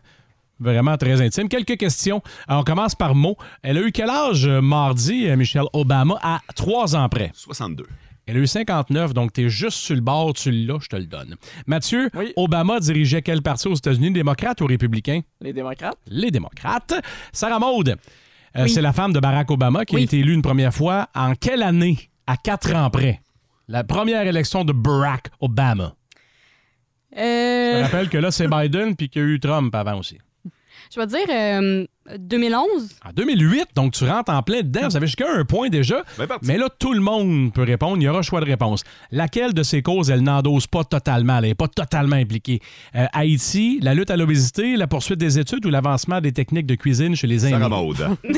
vraiment très intime. Quelques questions. Alors, on commence par mot. Elle a eu quel âge euh, mardi, euh, Michelle Obama, à trois ans près?
62.
Elle a eu 59, donc t'es juste sur le bord, tu l'as, je te le donne. Mathieu, Obama dirigeait quel parti aux États-Unis, démocrate ou républicain?
Les démocrates.
les démocrates. Sarah Maud, euh,
Oui.
c'est la femme de Barack Obama qui a été élue une première fois en quelle année? À quatre ans près. La première élection de Barack Obama. Je
Euh,
rappelle que là, c'est Biden puis qu'il y a eu Trump avant aussi.
je vais dire euh, 2011.
Ah.
En 2008, donc tu rentres en plein dedans. Vous avez jusqu'à un point déjà. Mais là, tout le monde peut répondre. Il y aura choix de réponse. Laquelle de ces causes elle n'endosse pas totalement? Elle n'est pas totalement impliquée. Euh, Haïti, la lutte à l'obésité, la poursuite des études ou l'avancement des techniques de cuisine chez les Indiens?
Sarah Maud.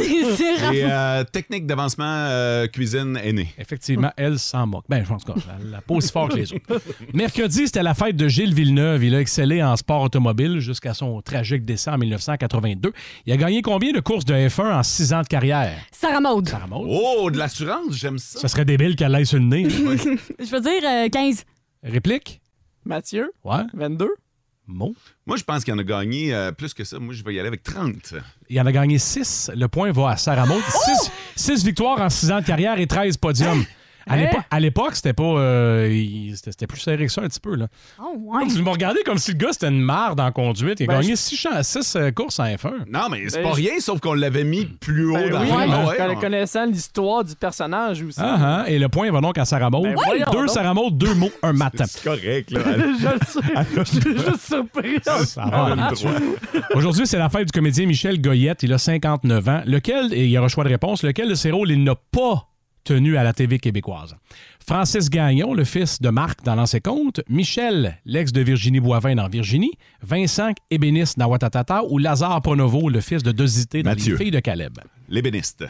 Et
euh, technique d'avancement euh, cuisine aînée.
Effectivement, elle s'en moque. Ben, je pense qu'elle la pas aussi fort que les autres. Mercredi, c'était la fête de Gilles Villeneuve. Il a excellé en sport automobile jusqu'à son tragique décès en 1982. Il a gagné combien de courses de F1 en six ans de carrière?
Sarah Maud.
Oh, de l'assurance, j'aime ça.
Ça serait débile qu'elle l'aille sur le nez.
Je vais dire euh, 15.
Réplique?
Mathieu?
Ouais.
22?
Mo?
Moi, je pense qu'il en a gagné euh, plus que ça. Moi, je vais y aller avec 30.
Il en a gagné six. Le point va à Sarah Maud.
Oh!
Six, six victoires en six ans de carrière et 13 podiums. À
Hein?
l'épo- à l'époque, c'était pas. euh, il- c'était c'était plus serré que ça un petit peu. Là.
Oh, ouais.
Tu m'as regardé comme si le gars c'était une marde en conduite. Il a
Ben,
gagné
je-
6 euh, courses en F1.
Non, mais c'est
Ben,
pas
je-
rien, sauf qu'on l'avait mis plus haut
Ben
dans
oui,
la
mais
Ah ouais,
conna-
on-
connaissant l'histoire du personnage aussi.
Ah, ah, Et le point va donc à Sarah Maud.
Ben, voyons
deux
donc.
Sarah Maud, deux mots, un matin.
C'est correct, là.
je le sais. Je suis juste Euh, surpris.
Ça va, Mathieu. Aujourd'hui, c'est la fête du comédien Michel Goyette. Il a 59 ans. Lequel, et il y aura choix de réponse, lequel de ses rôles il n'a pas tenu à la TV québécoise? Francis Gagnon, le fils de Marc dans L'ancien compte, Michel, l'ex de Virginie Boivin dans Virginie, Vincent, ébéniste dans Watatata ou Lazare Pronovo, le fils de Dosité dans
Mathieu.
Les Filles de Caleb.
L'ébéniste.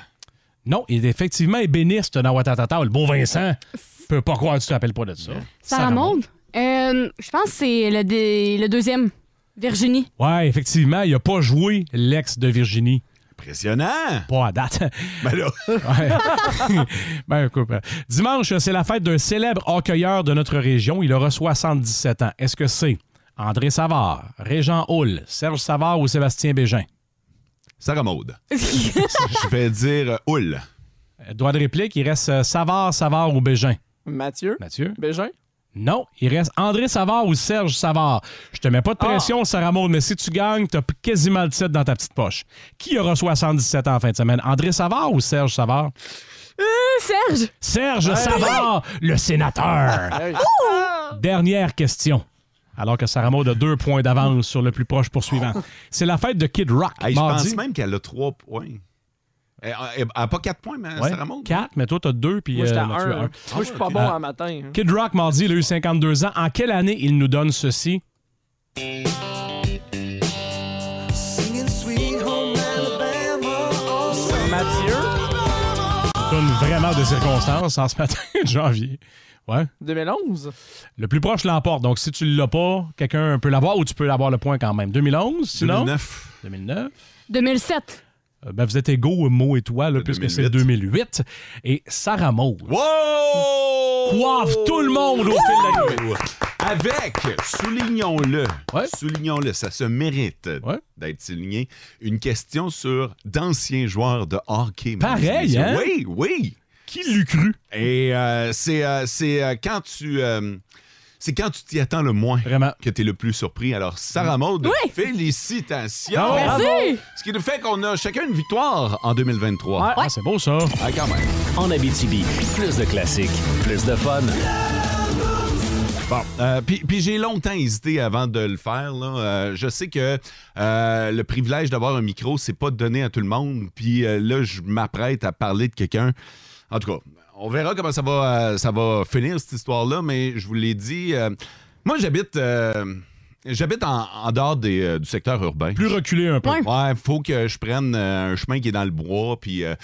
Non, il est effectivement ébéniste dans Watatata. Le beau Vincent peut pas croire que tu t'appelles pas de ça.
Sarah Maud? Euh, je pense que c'est le, dé- le deuxième. Virginie.
Ouais, effectivement, il a pas joué l'ex de Virginie.
Impressionnant!
Pas à date.
Ben là!
ben, écoute, euh, dimanche, c'est la fête d'un célèbre hockeyeur de notre région. Il aura 77 ans. Est-ce que c'est André Savard, Régent Hull, Serge Savard ou Sébastien Bégin?
Sarah Maude. Je vais dire euh, Hull.
Droit de réplique, il reste euh, Savard, Savard ou Bégin?
Mathieu.
Mathieu.
Bégin.
Non, il reste André Savard ou Serge Savard. Je te mets pas de
Ah!
pression, Sarah Maud, mais si tu gagnes, t'as quasiment le titre dans ta petite poche. Qui aura 77 ans en fin de semaine? André Savard ou Serge Savard?
Serge.
Serge
Euh,
Ouais.
Savard, le sénateur.
Ah,
Dernière question. Alors que Sarah Maud a deux points d'avance sur le plus proche poursuivant.
Ah!
C'est la fête de Kid Rock.
Hey, je
mardi.
pense même qu'elle a trois points. Eh, ah, Elle elle- elle a pas quatre points, mais hein.
Ouais,
Sarah Maud.
Quatre, mais toi, t'as deux, puis
Moi, j'étais
euh,
à
Mathieu a
un.
un.
Moi, je suis pas bon
Ah.
en matin. hein.
Kid Rock, mardi, il a eu 52 ans. En quelle année il nous donne ceci?
oh,
Mathieu.
Donne vraiment de circonstances en ce matin de janvier. Ouais.
2011.
Le plus proche l'emporte. Donc, si tu l'as pas, quelqu'un peut l'avoir ou tu peux l'avoir le point quand même. 2011, sinon?
2009.
2009.
2007.
Euh, Ben, vous êtes égaux, Mo et toi, là, puisque c'est 2008. Et Sarah Maud. Coiffe tout le monde au fil de la nuit.
Avec, soulignons-le, soulignons-le, ça se mérite d'être souligné, une question sur d'anciens joueurs de hockey. mesdames et
Pareil,
messieurs.
hein?
Oui, oui.
Qui l'eût cru?
Et euh, c'est euh, c'est, euh, quand tu... euh, c'est quand tu t'y attends le moins que tu es le plus surpris. Alors, Sarah Maud, félicitations!
Ah ouais, Merci. bravo.
Ce qui nous fait qu'on a chacun une victoire en 2023.
Ah, c'est beau, ça.
Ah, quand même.
En Abitibi, plus de classiques, plus de fun.
Bon, euh, puis puis j'ai longtemps hésité avant de le faire. là. Euh, je sais que euh, le privilège d'avoir un micro, c'est pas donné à tout le monde. Puis euh, là, je m'apprête à parler de quelqu'un. En tout cas, on verra comment ça va, euh, ça va finir cette histoire-là. Mais je vous l'ai dit, euh, moi j'habite. euh, J'habite en, en dehors des, euh, du secteur urbain.
Plus reculé un peu.
Ouais, faut que je prenne euh, un chemin qui est dans le bois. Puis euh,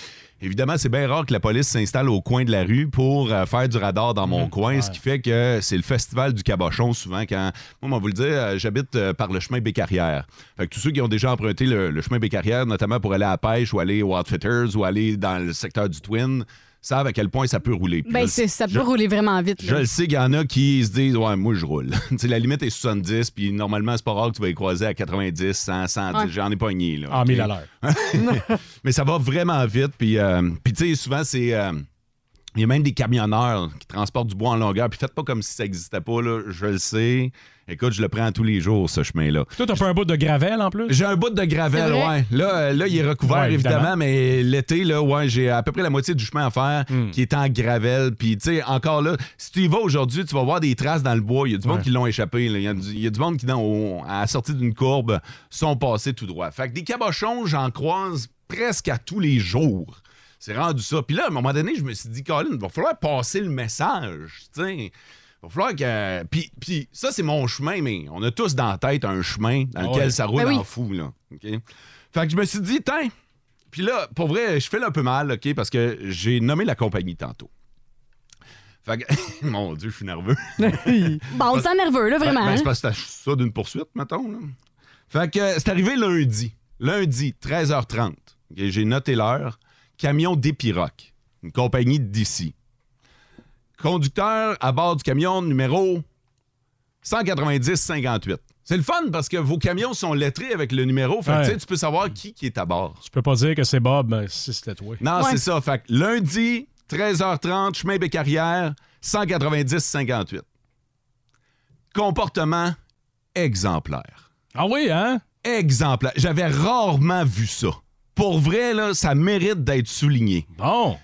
évidemment, c'est bien rare que la police s'installe au coin de la rue pour euh, faire du radar dans
Mmh.
mon coin, ce qui fait que c'est le festival du cabochon souvent. Quand moi, on va vous le dire, euh, j'habite euh, par le chemin Bécarrière. Fait que tous ceux qui ont déjà emprunté le, le chemin Bécarrière, notamment pour aller à la pêche ou aller aux Outfitters ou aller dans le secteur du Twin, savent à quel point ça peut rouler. Puis
Ben,
je-
c'est- ça peut
je-
rouler vraiment vite.
je
là.
le sais qu'il y en a qui se disent Ouais, moi je roule. Tu sais, la limite est 70, puis normalement, c'est pas rare que tu vas y croiser à 90, 100, 110.
Ouais.
J'en ai pogné. Là,
En
ok?
Ah, mille à l'heure.
Mais ça va vraiment vite, puis, euh, puis tu sais, souvent, c'est. euh, il y a même des camionneurs qui transportent du bois en longueur, puis faites pas comme si ça n'existait pas, là. Je le sais. Écoute, je le prends tous les jours, ce chemin-là.
Toi, t'as pas un bout de gravelle en plus?
J'ai un bout de gravel,
C'est vrai?
ouais. Là, euh, là, il est recouvert,
Ouais,
évidemment.
évidemment.
mais l'été, là, ouais, j'ai à peu près la moitié du chemin à faire
Hmm.
qui est en gravel. Puis, tu sais, encore là, si tu y vas aujourd'hui, tu vas voir des traces dans le bois. Il y a du monde
Ouais.
qui l'ont échappé. là. Il y, a du- il y a du monde qui, dans, au- à la sortie d'une courbe, sont passés tout droit. Fait que des cabochons, j'en croise presque à tous les jours. C'est rendu ça. Puis là, à un moment donné, je me suis dit, Colin, il va falloir passer le message. Tu sais, il va falloir que. Puis, puis ça, c'est mon chemin, mais on a tous dans la tête un chemin dans lequel
Ouais.
ça roule
Ben oui.
en fou. Là. OK? Fait que je me suis dit, tiens. Puis là, pour vrai, je fais un peu mal, OK, parce que j'ai nommé la compagnie tantôt. Fait que, mon Dieu, je suis nerveux.
Bon, on te sent nerveux, là, vraiment.
Ben,
hein?
c'est parce que c'est ça d'une poursuite, mettons. là. Fait que euh, c'est arrivé lundi. Lundi, 13h30. Ok, J'ai noté l'heure. Camion d'Épiroc, une compagnie d'ici. Conducteur à bord du camion numéro 190-58. C'est le fun parce que vos camions sont lettrés avec le numéro. Fait que,
Ouais.
tu sais, tu peux savoir qui, qui est à bord.
Tu peux pas dire que c'est Bob ben, si c'était toi.
Non, c'est ça. Fait que lundi, 13h30, chemin Bécarrière, 190-58. Comportement exemplaire.
Ah oui, hein?
Exemplaire. J'avais rarement vu ça. Pour vrai, là, ça mérite d'être souligné.
Bon.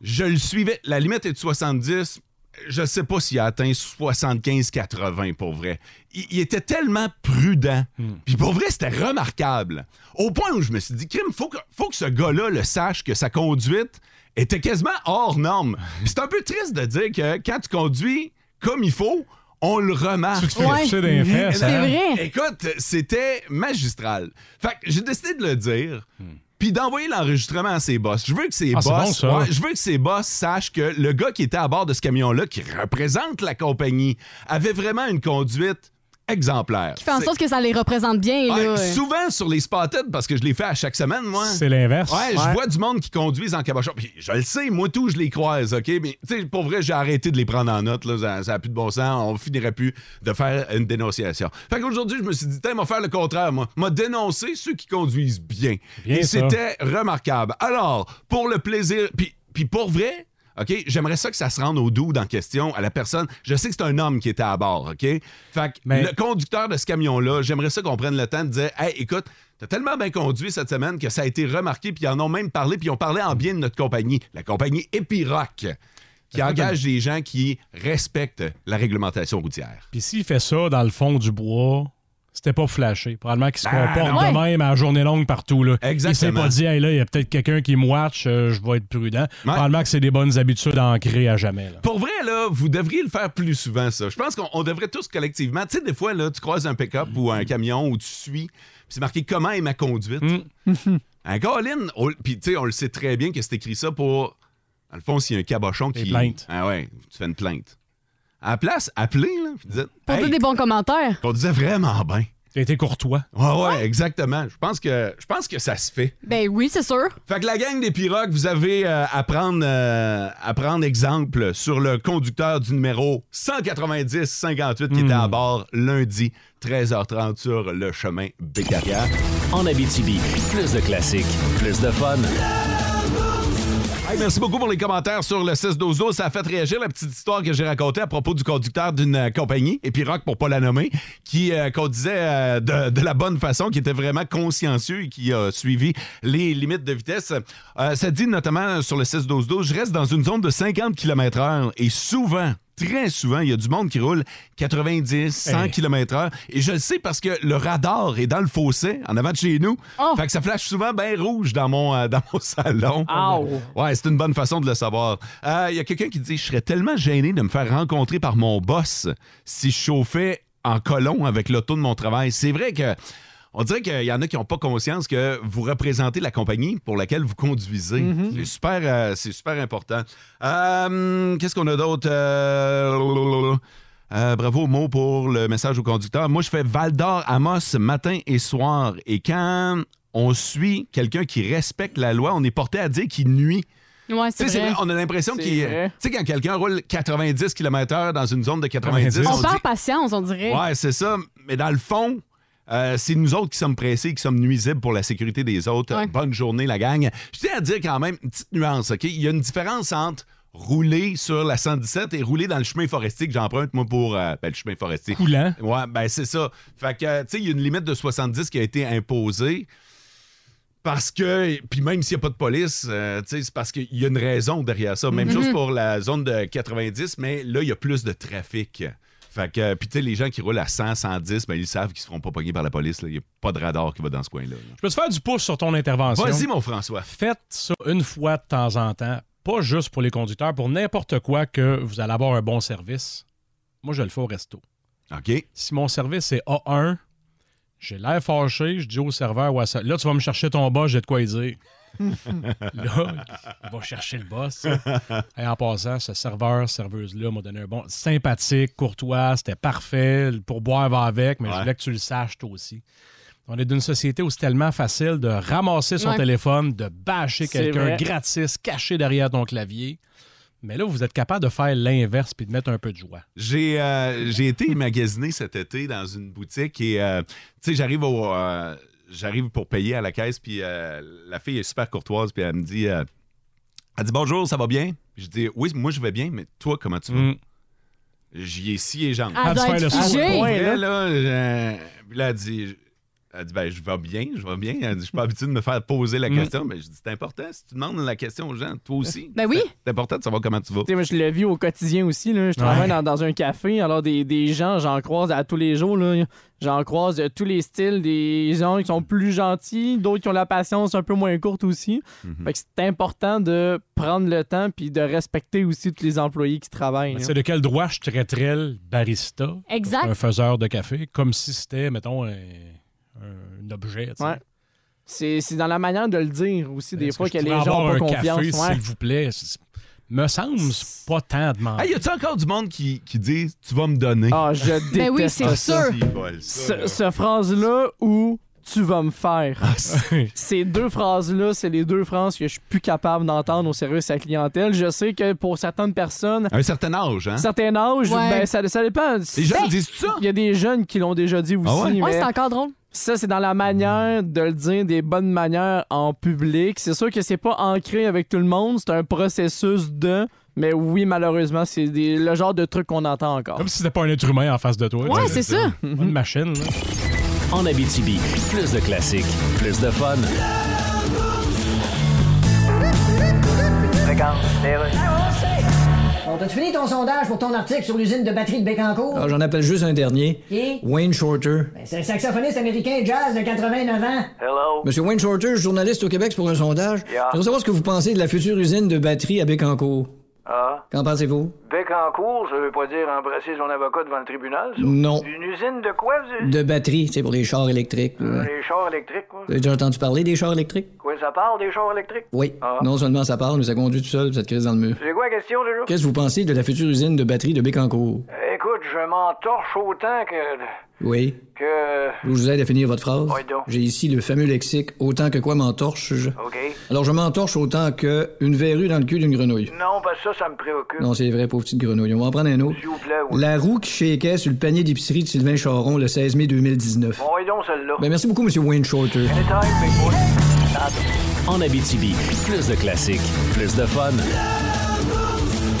Je le suivais. La limite est de 70. Je sais pas s'il a atteint 75-80 pour vrai. Il, il était tellement prudent.
Hmm.
Puis pour vrai, c'était remarquable. Au point où je me suis dit, crime, faut que, faut que ce gars-là le sache que sa conduite était quasiment hors norme. Puis c'est un peu triste de dire que quand tu conduis comme il faut, on le remarque.
Tu te fais Ouais. sucer dans les fesses, C'est hein? vrai.
Écoute, c'était magistral. Fait que j'ai décidé de le dire. puis d'envoyer l'enregistrement à ses boss. Je veux que ses
Hmm. Ah, c'est
boss,
bon, ça.
ouais, je veux que ses boss sachent que le gars qui était à bord de ce camion-là, qui représente la compagnie, avait vraiment une conduite exemplaire.
Qui fait en
C'est-
sorte que ça les représente bien.
Ouais,
là. euh,
souvent sur les spotted, parce que je les fais à chaque semaine, moi.
C'est l'inverse.
Ouais,
Ouais.
je vois du monde qui conduisent en cabochon. Puis je le sais, moi tout, je les croise, OK? Mais tu sais, pour vrai, j'ai arrêté de les prendre en note. Là, ça- ça n'a plus de bon sens. On finirait plus de faire une dénonciation. Fait qu'aujourd'hui, je me suis dit, tiens, m'a faire le contraire, moi. M'a dénoncé ceux qui conduisent bien.
Bien
Et
ça.
c'était remarquable. Alors, pour le plaisir, puis, puis pour vrai, OK, j'aimerais ça que ça se rende au doux en question, à la personne. Je sais que c'est un homme qui était à bord, OK? Fait que le conducteur de ce camion-là, j'aimerais ça qu'on prenne le temps de dire Hey, écoute, t'as tellement bien conduit cette semaine que ça a été remarqué, puis ils en ont même parlé, puis ils ont parlé en bien de notre compagnie, la compagnie Epiroc, qui engage des gens qui respectent la réglementation routière.
Puis s'il fait ça dans le fond du bois, c'était pas flashé. Probablement qu'il se
Ah,
comporte
non.
de
Ouais.
même à la journée longue partout. Là. Il s'est
Exactement.
pas dit, Hey, là, il y a peut-être quelqu'un qui me watch, euh, je vais être prudent. Probablement que c'est des bonnes habitudes ancrées à jamais. là.
Pour vrai, là, vous devriez le faire plus souvent, ça. Je pense qu'on on devrait tous collectivement. Tu sais, des fois, là, tu croises un pick-up ou un camion où tu suis, puis c'est marqué comment est ma conduite. Un Colin, on- puis tu sais, on le sait très bien que c'est écrit ça pour. Dans le fond, s'il y a un cabochon qui.
plaintes.
Ah ouais, tu fais une plainte. À la place, appelez, là, puis dites.
Pour
Hey,
dire des bons commentaires.
on disait vraiment bien.
T'as été courtois.
Ouais, ouais, exactement. Je pense que je pense que ça se fait.
Ben oui, c'est sûr.
Fait que la gang des pirogues, vous avez euh, à, prendre, euh, à prendre exemple sur le conducteur du numéro 190-58
Hmm.
qui était à bord lundi 13h30 sur le chemin Beccaria.
En Abitibi, plus de classiques, plus de fun.
Hey, merci beaucoup pour les commentaires sur le 6 12 12. Ça a fait réagir la petite histoire que j'ai racontée à propos du conducteur d'une euh, compagnie, Epiroc pour pas la nommer, qui euh, conduisait euh, de, de la bonne façon, qui était vraiment consciencieux et qui a suivi les limites de vitesse. Euh, ça dit notamment sur le 6 12 12, je reste dans une zone de 50 km/h et souvent Très souvent, il y a du monde qui roule 90, 100
Hey.
km/h. Et je le sais parce que le radar est dans le fossé, en avant de chez nous. Fait que ça flash souvent bien rouge dans mon, euh, dans mon salon.
Ow.
Ouais, c'est une bonne façon de le savoir. Euh, Il y a quelqu'un qui dit Je serais tellement gêné de me faire rencontrer par mon boss si je chauffais en colon avec l'auto de mon travail. C'est vrai que. On dirait qu'il y en a qui n'ont pas conscience que vous représentez la compagnie pour laquelle vous conduisez. C'est super, euh, c'est super important. Euh, Qu'est-ce qu'on a d'autre? Euh, euh, bravo, mot pour le message au conducteur. Moi, je fais Val d'Or, Amos, matin et soir. Et quand on suit quelqu'un qui respecte la loi, on est porté à dire qu'il nuit.
Ouais,
Tu
c'est
sais,
vrai.
on a l'impression
C'est
qu'il.
vrai.
Tu sais, quand quelqu'un roule 90 km/h dans une zone de 90,
On
on
perd
dit.
patience, on dirait.
Ouais, c'est ça. Mais dans le fond, euh, c'est nous autres qui sommes pressés, qui sommes nuisibles pour la sécurité des autres.
Ouais.
Bonne journée, la gang. Je tiens à dire quand même une petite nuance, OK? Il y a une différence entre rouler sur la 117 et rouler dans le chemin forestier que j'emprunte, moi, pour euh, ben, le chemin forestier.
Coulant.
Ouais, ben c'est ça. Fait que, euh, tu sais, il y a une limite de 70 qui a été imposée. Parce que, puis même s'il n'y a pas de police, euh, tu sais, c'est parce qu'il y a une raison derrière ça. Même
Mhm.
chose pour la zone de 90, mais là, il y a plus de trafic. Fait que, puis tu sais, les gens qui roulent à 100, 110, ben, ils savent qu'ils ne seront pas pognés par la police. là. Il n'y a pas de radar qui va dans ce coin-là. là.
Je peux te faire du pouce sur ton intervention.
Vas-y, mon François.
Faites ça une fois de temps en temps, pas juste pour les conducteurs, pour n'importe quoi que vous allez avoir un bon service. Moi, je le fais au resto.
OK.
Si mon service est A1, j'ai l'air fâché, je dis au serveur ou à ça. Là, tu vas me chercher ton boss, j'ai de quoi y dire. là, il va chercher le boss. Et en passant, ce serveur, serveuse-là m'a donné un bon. Sympathique, courtois, c'était parfait. Le pourboire va avec, mais je voulais que tu le saches, toi aussi. On est d'une société où c'est tellement facile de ramasser son
Ouais.
téléphone, de bâcher
C'est
quelqu'un
vrai.
gratis, caché derrière ton clavier. Mais là, vous êtes capable de faire l'inverse puis de mettre un peu de joie.
J'ai euh, j'ai été magasiner cet été dans une boutique et euh, tu sais j'arrive au euh, j'arrive pour payer à la caisse puis euh, la fille est super courtoise puis elle me dit euh, elle dit bonjour ça va bien Puis je dis oui moi je vais bien mais toi comment tu vas j'y ai scié les jambes
Elle doit Elle a dû être Mm. faire le figée. saut.
Pour vrai,
Ouais, là.
là, euh, puis là, elle dit elle dit ben je vais bien je vais bien elle dit je suis pas habitué de me faire poser la
Mm.
question mais je dis c'est important si tu demandes la question aux gens toi aussi
Ben oui.
c'est important de savoir comment tu vas
Tu sais, moi, je le vis au quotidien aussi. Là. Je travaille
Ouais.
dans, dans un café. Alors, des, des gens, j'en croise à tous les jours. là. J'en croise de tous les styles. Des gens qui sont plus gentils, d'autres qui ont la patience un peu moins courte aussi.
Mm-hmm.
Fait que c'est important de prendre le temps puis de respecter aussi tous les employés qui travaillent.
Ben, C'est
là.
de quel droit je traiterais le barista,
Exact.
un faiseur de café, comme si c'était, mettons, un, un objet. tu sais.
Ouais. C'est c'est dans la manière de le dire aussi, des fois, que,
Je
les
pourrais
gens n'ont
avoir
pas
un
confiance.
café,
ouais.
s'il vous plaît. C'est- Me semble, c'est pas tant de
Hey, y a-tu encore du monde qui, qui dit Tu vas me donner
Ah, je déteste
Ben oui, c'est
ça.
sûr.
Si, bol, ça,
Ce,
là. Ah,
ce phrase-là ou tu vas me faire. Ces deux phrases-là, c'est les deux phrases que je suis plus capable d'entendre au sérieux sa clientèle. Je sais que pour certaines personnes.
À un certain âge, hein?
Certain âge,
Ouais.
ben, ça, ça dépend.
Les jeunes
Ben,
disent ça?
Il y a des jeunes qui l'ont déjà dit aussi.
Ah ouais?
mais
Ouais, c'est encore drôle.
Ça, c'est dans la manière de le dire des bonnes manières en public. C'est sûr que c'est pas ancré avec tout le monde, c'est un processus de. Mais oui, malheureusement, c'est des- le genre de truc qu'on entend encore.
Comme si c'était pas un être humain en face de toi.
Ouais,
tu
c'est
sais,
ça.
Pas Une machine. là.
En Abitibi, plus de classiques, plus de fun.
Bon, t'as-tu fini ton sondage pour ton article sur l'usine de batterie de Bécancour?
Ah, J'en appelle juste un dernier.
Qui?
Wayne Shorter.
Ben, C'est le saxophoniste américain jazz de 89 ans. Hello.
Monsieur Wayne Shorter, journaliste au Québec c'est pour un sondage.
Yeah.
Je voudrais savoir ce que vous pensez de la future usine de batterie à Bécancour.
Ah.
Qu'en pensez-vous?
Bec en cours, ça veut pas dire embrasser son avocat devant le tribunal, ça?
Non.
Une usine de quoi, vous
De batterie, c'est pour les chars électriques. là. hein? Euh,
Les chars électriques, quoi.
Vous avez déjà entendu parler des chars électriques?
Quoi, ça parle des chars électriques?
Oui.
Ah.
Non seulement ça parle, mais ça conduit tout seul, cette crise dans le mur.
C'est quoi la question, déjà?
Qu'est-ce que vous pensez de la future usine de batterie de Bécancour?
Écoute, je m'entorche autant que...
Oui.
que...
Je vous aide à finir votre phrase.
Oui, donc.
J'ai ici le fameux lexique autant que quoi m'entorche. Je...
OK.
Alors je m'entorche autant que une verrue dans le cul d'une grenouille.
Non, parce que ça, ça me préoccupe.
Non, c'est vrai, pauvre petite grenouille. On va en prendre un autre.
S'il vous plaît, oui.
La roue qui shakeait sur le panier d'épicerie de Sylvain Charon le 16 mai 2019.
Bon, et donc, celle-là.
Ben, merci beaucoup, Monsieur Wayne Shorter.
En Abitibi, plus de classiques, plus de fun.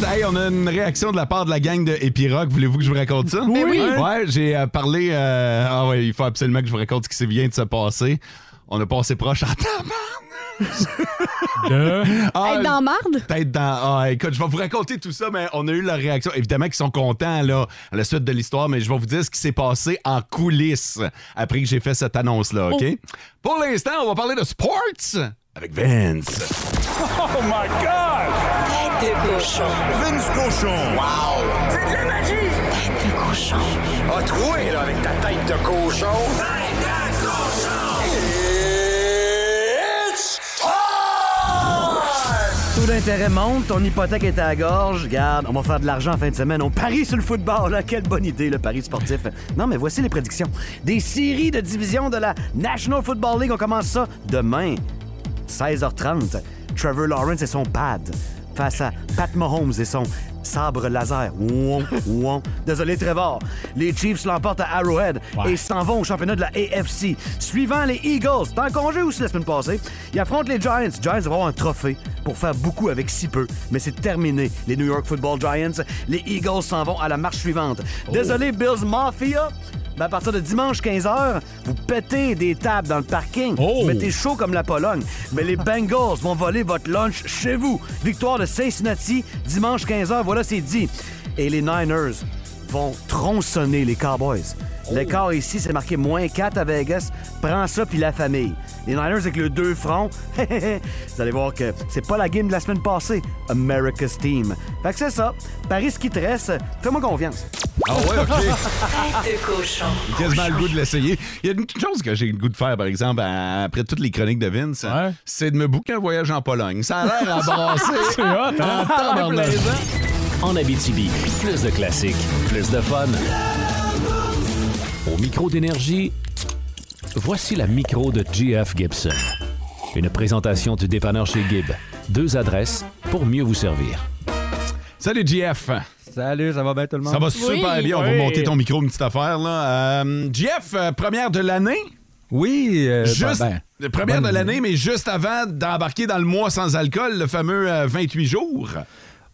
Hey, on a une réaction de la part de la gang de Epiroc. Voulez-vous que je vous raconte ça? Oui. Ouais, j'ai euh, parlé. euh, Ah ouais, il faut absolument que je vous raconte ce qui s'est bien de se passer. On a passé proche en
De...
Ah,
Être dans marde?
Peut-être dans. Ah, écoute, je vais vous raconter tout ça, mais on a eu leur réaction. Évidemment qu'ils sont contents là, à la suite de l'histoire, mais je vais vous dire ce qui s'est passé en coulisses après que j'ai fait cette annonce-là, OK?
Oh.
Pour l'instant, on va parler de sports avec Vince.
Oh my God! Tête de cochon. Vince cochon. Wow! C'est de la magie! Tête de cochon. Ah, troué, là, avec ta tête de cochon. Tête de cochon! It's
Taux d'intérêt monte, ton hypothèque est à la gorge. Garde, on va faire de l'argent en fin de semaine. On parie sur le football. là. Quelle bonne idée, le pari sportif. Non, mais voici les prédictions. Des séries de divisions de la National Football League. On commence ça demain, 16h30. Trevor Lawrence et son pad face à Pat Mahomes et son sabre laser. Ouon, ouon. Désolé, Trevor. Les Chiefs l'emportent à Arrowhead et s'en vont au championnat de la AFC. Suivant les Eagles, c'est en congé aussi la semaine passée, ils affrontent les Giants. Les Giants vont avoir un trophée pour faire beaucoup avec si peu. Mais c'est terminé, les New York Football Giants. Les Eagles s'en vont à la marche suivante. Désolé, Bills Mafia. mais Ben, à partir de dimanche 15h, vous pétez des tables dans le parking.
Oh!
Vous mettez chaud comme la Pologne. Mais les Bengals vont voler votre lunch chez vous. Victoire de Cincinnati, dimanche 15h, voilà, c'est dit. Et les Niners vont tronçonner les Cowboys.
Oh!
L'écart ici, c'est marqué moins 4 à Vegas. Prends ça, puis la famille. Les Niners avec le deux fronts. Vous allez voir que c'est pas la game de la semaine passée. America's Team. Fait que c'est ça. Paris, ce qui te reste, fais-moi confiance.
Ah ouais, OK.
Tête de cochon.
J'ai quasiment le goût de l'essayer. Il y a une chose que j'ai le goût de faire, par exemple, à- après toutes les chroniques de Vince, c'est de me bouquer un voyage en Pologne. Ça a l'air à
Ah,
brasser.
C'est hot, hein?
ben,
En tabarnak.
En Abitibi, plus de classiques, plus de fun. Au micro d'énergie, voici la micro de GF Gibson. Une présentation du dépanneur chez Gibb. Deux adresses pour mieux vous servir.
Salut, GF.
Salut, ça va bien tout le monde?
Ça va super bien. On va monter ton micro, une petite affaire. Là. Euh, Jeff, euh, première de l'année.
Oui. euh,
Juste,
ben, ben,
première de
bonne-
l'année, mais juste avant d'embarquer dans le mois sans alcool, le fameux euh, 28 jours.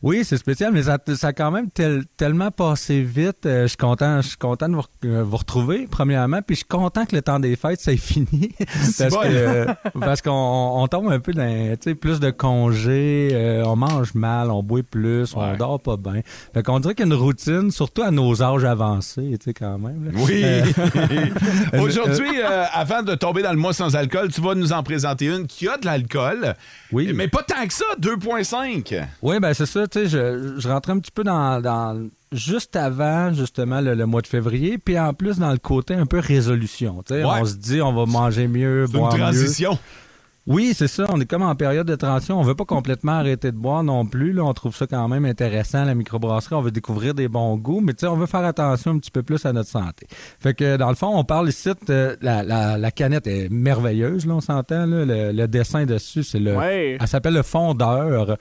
Oui, c'est spécial, mais ça, ça a quand même tel- tellement passé vite. Euh, je suis content, je suis content de vous, re- euh, vous retrouver, premièrement, puis je suis content que le temps des fêtes, c'est fini. parce,
bon.
que, euh, parce qu'on on tombe un peu dans tu sais, plus de congés, euh, on mange mal, on boit plus, on dort pas bien. Fait qu'on dirait qu'il y a une routine, surtout à nos âges avancés, tu sais, quand même. là.
Oui.
Euh,
Aujourd'hui, euh, avant de tomber dans le mois sans alcool, tu vas nous en présenter une qui a de l'alcool. Oui. Mais pas tant que ça, 2,5.
Oui, ben c'est ça. là, tu sais, je, je rentrais un petit peu dans, dans- juste avant, justement, le, le mois de février, puis en plus, dans le côté un peu résolution. tu sais.
Ouais.
On se dit, on va manger mieux,
une
boire mieux.
transition.
Oui, c'est ça. On est comme en période de transition. On veut pas complètement arrêter de boire non plus. Là, on trouve ça quand même intéressant, la microbrasserie. On veut découvrir des bons goûts, mais tu sais, on veut faire attention un petit peu plus à notre santé. Fait que, dans le fond, on parle ici, de- euh, la, la- la canette est merveilleuse, là, on s'entend. là. Le, le dessin dessus, c'est le...
Ouais.
Elle s'appelle le fondeur.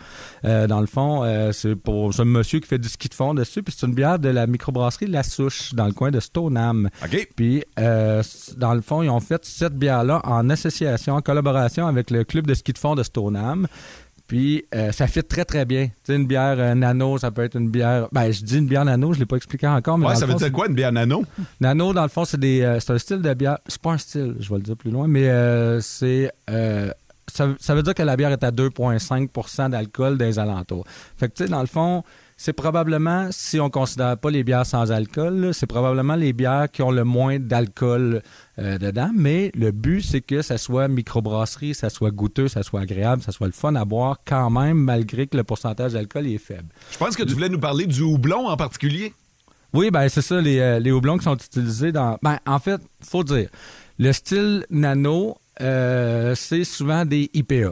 Euh, dans le fond, euh, c'est pour c'est un monsieur qui fait du ski de fond dessus. Puis c'est une bière de la microbrasserie La Souche, dans le coin de Stoneham. Puis euh, c- dans le fond, ils ont fait cette bière-là en association, en collaboration avec le club de ski de fond de Stoneham. Puis euh, ça fit très très bien. Tu sais, une bière euh, nano, ça peut être une bière. Ben, je dis une bière nano, je l'ai pas expliqué encore. Mais
Ouais,
dans
ça
le
veut
fond,
dire
c'est-
quoi, une bière nano?
Nano, dans le fond, c'est des, euh, c'est un style de bière. C'est pas un style, je vais le dire plus loin, mais euh, c'est. euh, ça, ça veut dire que la bière est à 2,5 d'alcool dans les alentours. Fait que, tu sais, dans le fond, c'est probablement, si on considère pas les bières sans alcool, là, c'est probablement les bières qui ont le moins d'alcool euh, dedans. Mais le but, c'est que ça soit microbrasserie, ça soit goûteux, ça soit agréable, ça soit le fun à boire quand même, malgré que le pourcentage d'alcool est faible.
Je pense que tu voulais nous parler du houblon en particulier.
Oui, ben c'est ça, les, euh, les houblons qui sont utilisés dans. Ben, en fait, faut dire, le style nano, euh, c'est souvent des IPA.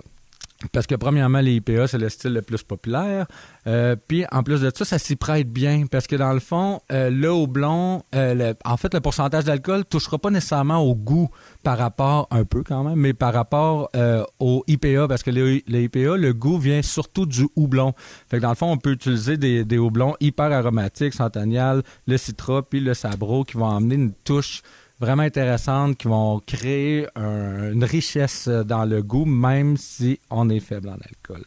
Parce que, premièrement, les IPA, c'est le style le plus populaire. Euh, puis, en plus de ça, ça s'y prête bien. Parce que, dans le fond, euh, le houblon, euh, le- en fait, le pourcentage d'alcool touchera pas nécessairement au goût par rapport, un peu quand même, mais par rapport euh, au IPA. Parce que les, les IPA, le goût vient surtout du houblon. Fait que, dans le fond, on peut utiliser des, des houblons hyper aromatiques, centennial, le citra, puis le sabro, qui vont amener une touche vraiment intéressantes qui vont créer un- une richesse dans le goût, même si on est faible en alcool.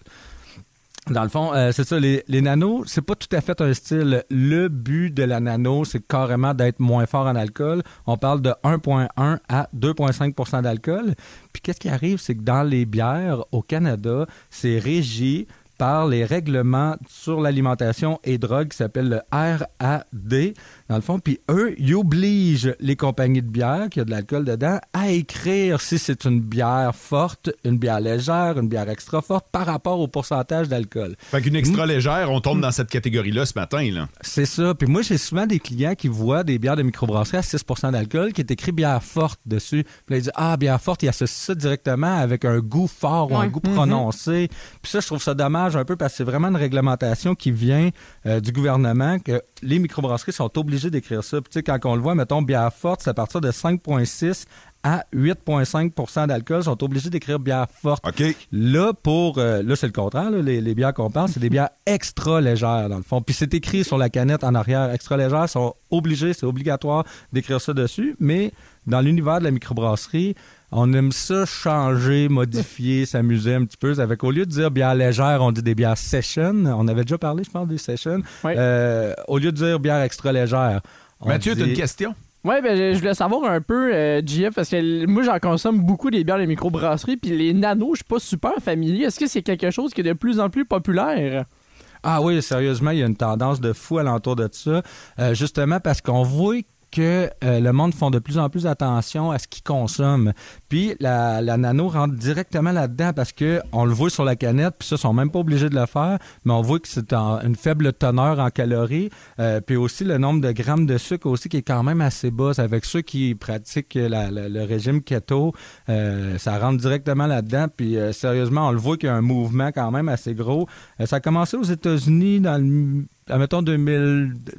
Dans le fond, euh, c'est ça, les, les nanos, c'est pas tout à fait un style. Le but de la nano, c'est carrément d'être moins fort en alcool. On parle de 1,1 à 2,5 d'alcool. Puis qu'est-ce qui arrive, c'est que dans les bières au Canada, c'est régi par les règlements sur l'alimentation et drogue qui s'appelle le RAD, dans le fond. Puis eux, ils obligent les compagnies de bière, qui a de l'alcool dedans, à écrire si c'est une bière forte, une bière légère, une bière extra forte par rapport au pourcentage d'alcool.
Fait qu'une extra légère, on tombe dans cette catégorie-là ce matin. Là.
C'est ça. Puis moi, j'ai souvent des clients qui voient des bières de microbrasserie à 6 d'alcool qui est écrit bière forte dessus. Puis là, ils disent Ah, bière forte, ils associent ça directement avec un goût fort ou un
Ouais.
goût
Mhm.
prononcé. Puis ça, je trouve ça dommage un peu parce que c'est vraiment une réglementation qui vient euh, du gouvernement que les microbrasseries sont obligées d'écrire ça. Puis tu sais, quand on le voit, mettons, bière forte, c'est à partir de 5,6 à 8,5 d'alcool, sont obligés d'écrire bière forte. Là, pour, euh, là c'est le contraire. là, les, les bières qu'on parle, c'est des bières extra légères, dans le fond. Puis c'est écrit sur la canette en arrière, extra légère, sont obligés, c'est obligatoire d'écrire ça dessus. Mais dans l'univers de la microbrasserie, on aime ça changer, modifier, s'amuser un petit peu. Avec au lieu de dire bière légère, on dit des bières session. On avait déjà parlé, je pense, des sessions. Euh, au lieu de dire bière extra légère. on
Mathieu,
dit-
t'as une question?
Ouais, ben, je- je voulais savoir un peu, euh, JF, parce que l- moi, j'en consomme beaucoup des bières des microbrasseries, puis les nanos, je suis pas super familier. Est-ce que c'est quelque chose qui est de plus en plus populaire?
Ah oui, sérieusement, il y a une tendance de fou alentour de ça, euh, justement parce qu'on voit que euh, le monde font de plus en plus attention à ce qu'ils consomment. Puis la, la nano rentre directement là-dedans parce que on le voit sur la canette, puis ça, ils sont même pas obligés de le faire, mais on voit que c'est en- une faible teneur en calories, euh, puis aussi le nombre de grammes de sucre aussi qui est quand même assez bas. Avec ceux qui pratiquent la- la- le régime keto, euh, ça rentre directement là-dedans, puis euh, sérieusement, on le voit qu'il y a un mouvement quand même assez gros. Euh, ça a commencé aux États-Unis dans le admettons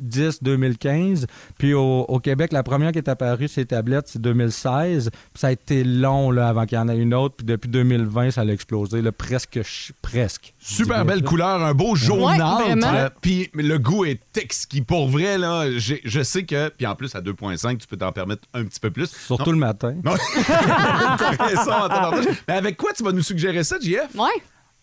2010-2015, puis au, au Québec, la première qui est apparue, ces tablettes, c'est 2016, puis ça a été long là, avant qu'il y en ait une autre, puis depuis 2020, ça a explosé, là, presque, ch- presque.
Super belle couleur, un beau jaunâtre.
Ouais, vraiment.
euh, Puis le goût est exquis. Pour vrai, là, j'ai- je sais que. Puis en plus, à 2,5, tu peux t'en permettre un petit peu plus.
Surtout le matin.
T'as raison, en tabarnouche. Mais avec quoi tu vas nous suggérer ça, JF?
Ouais.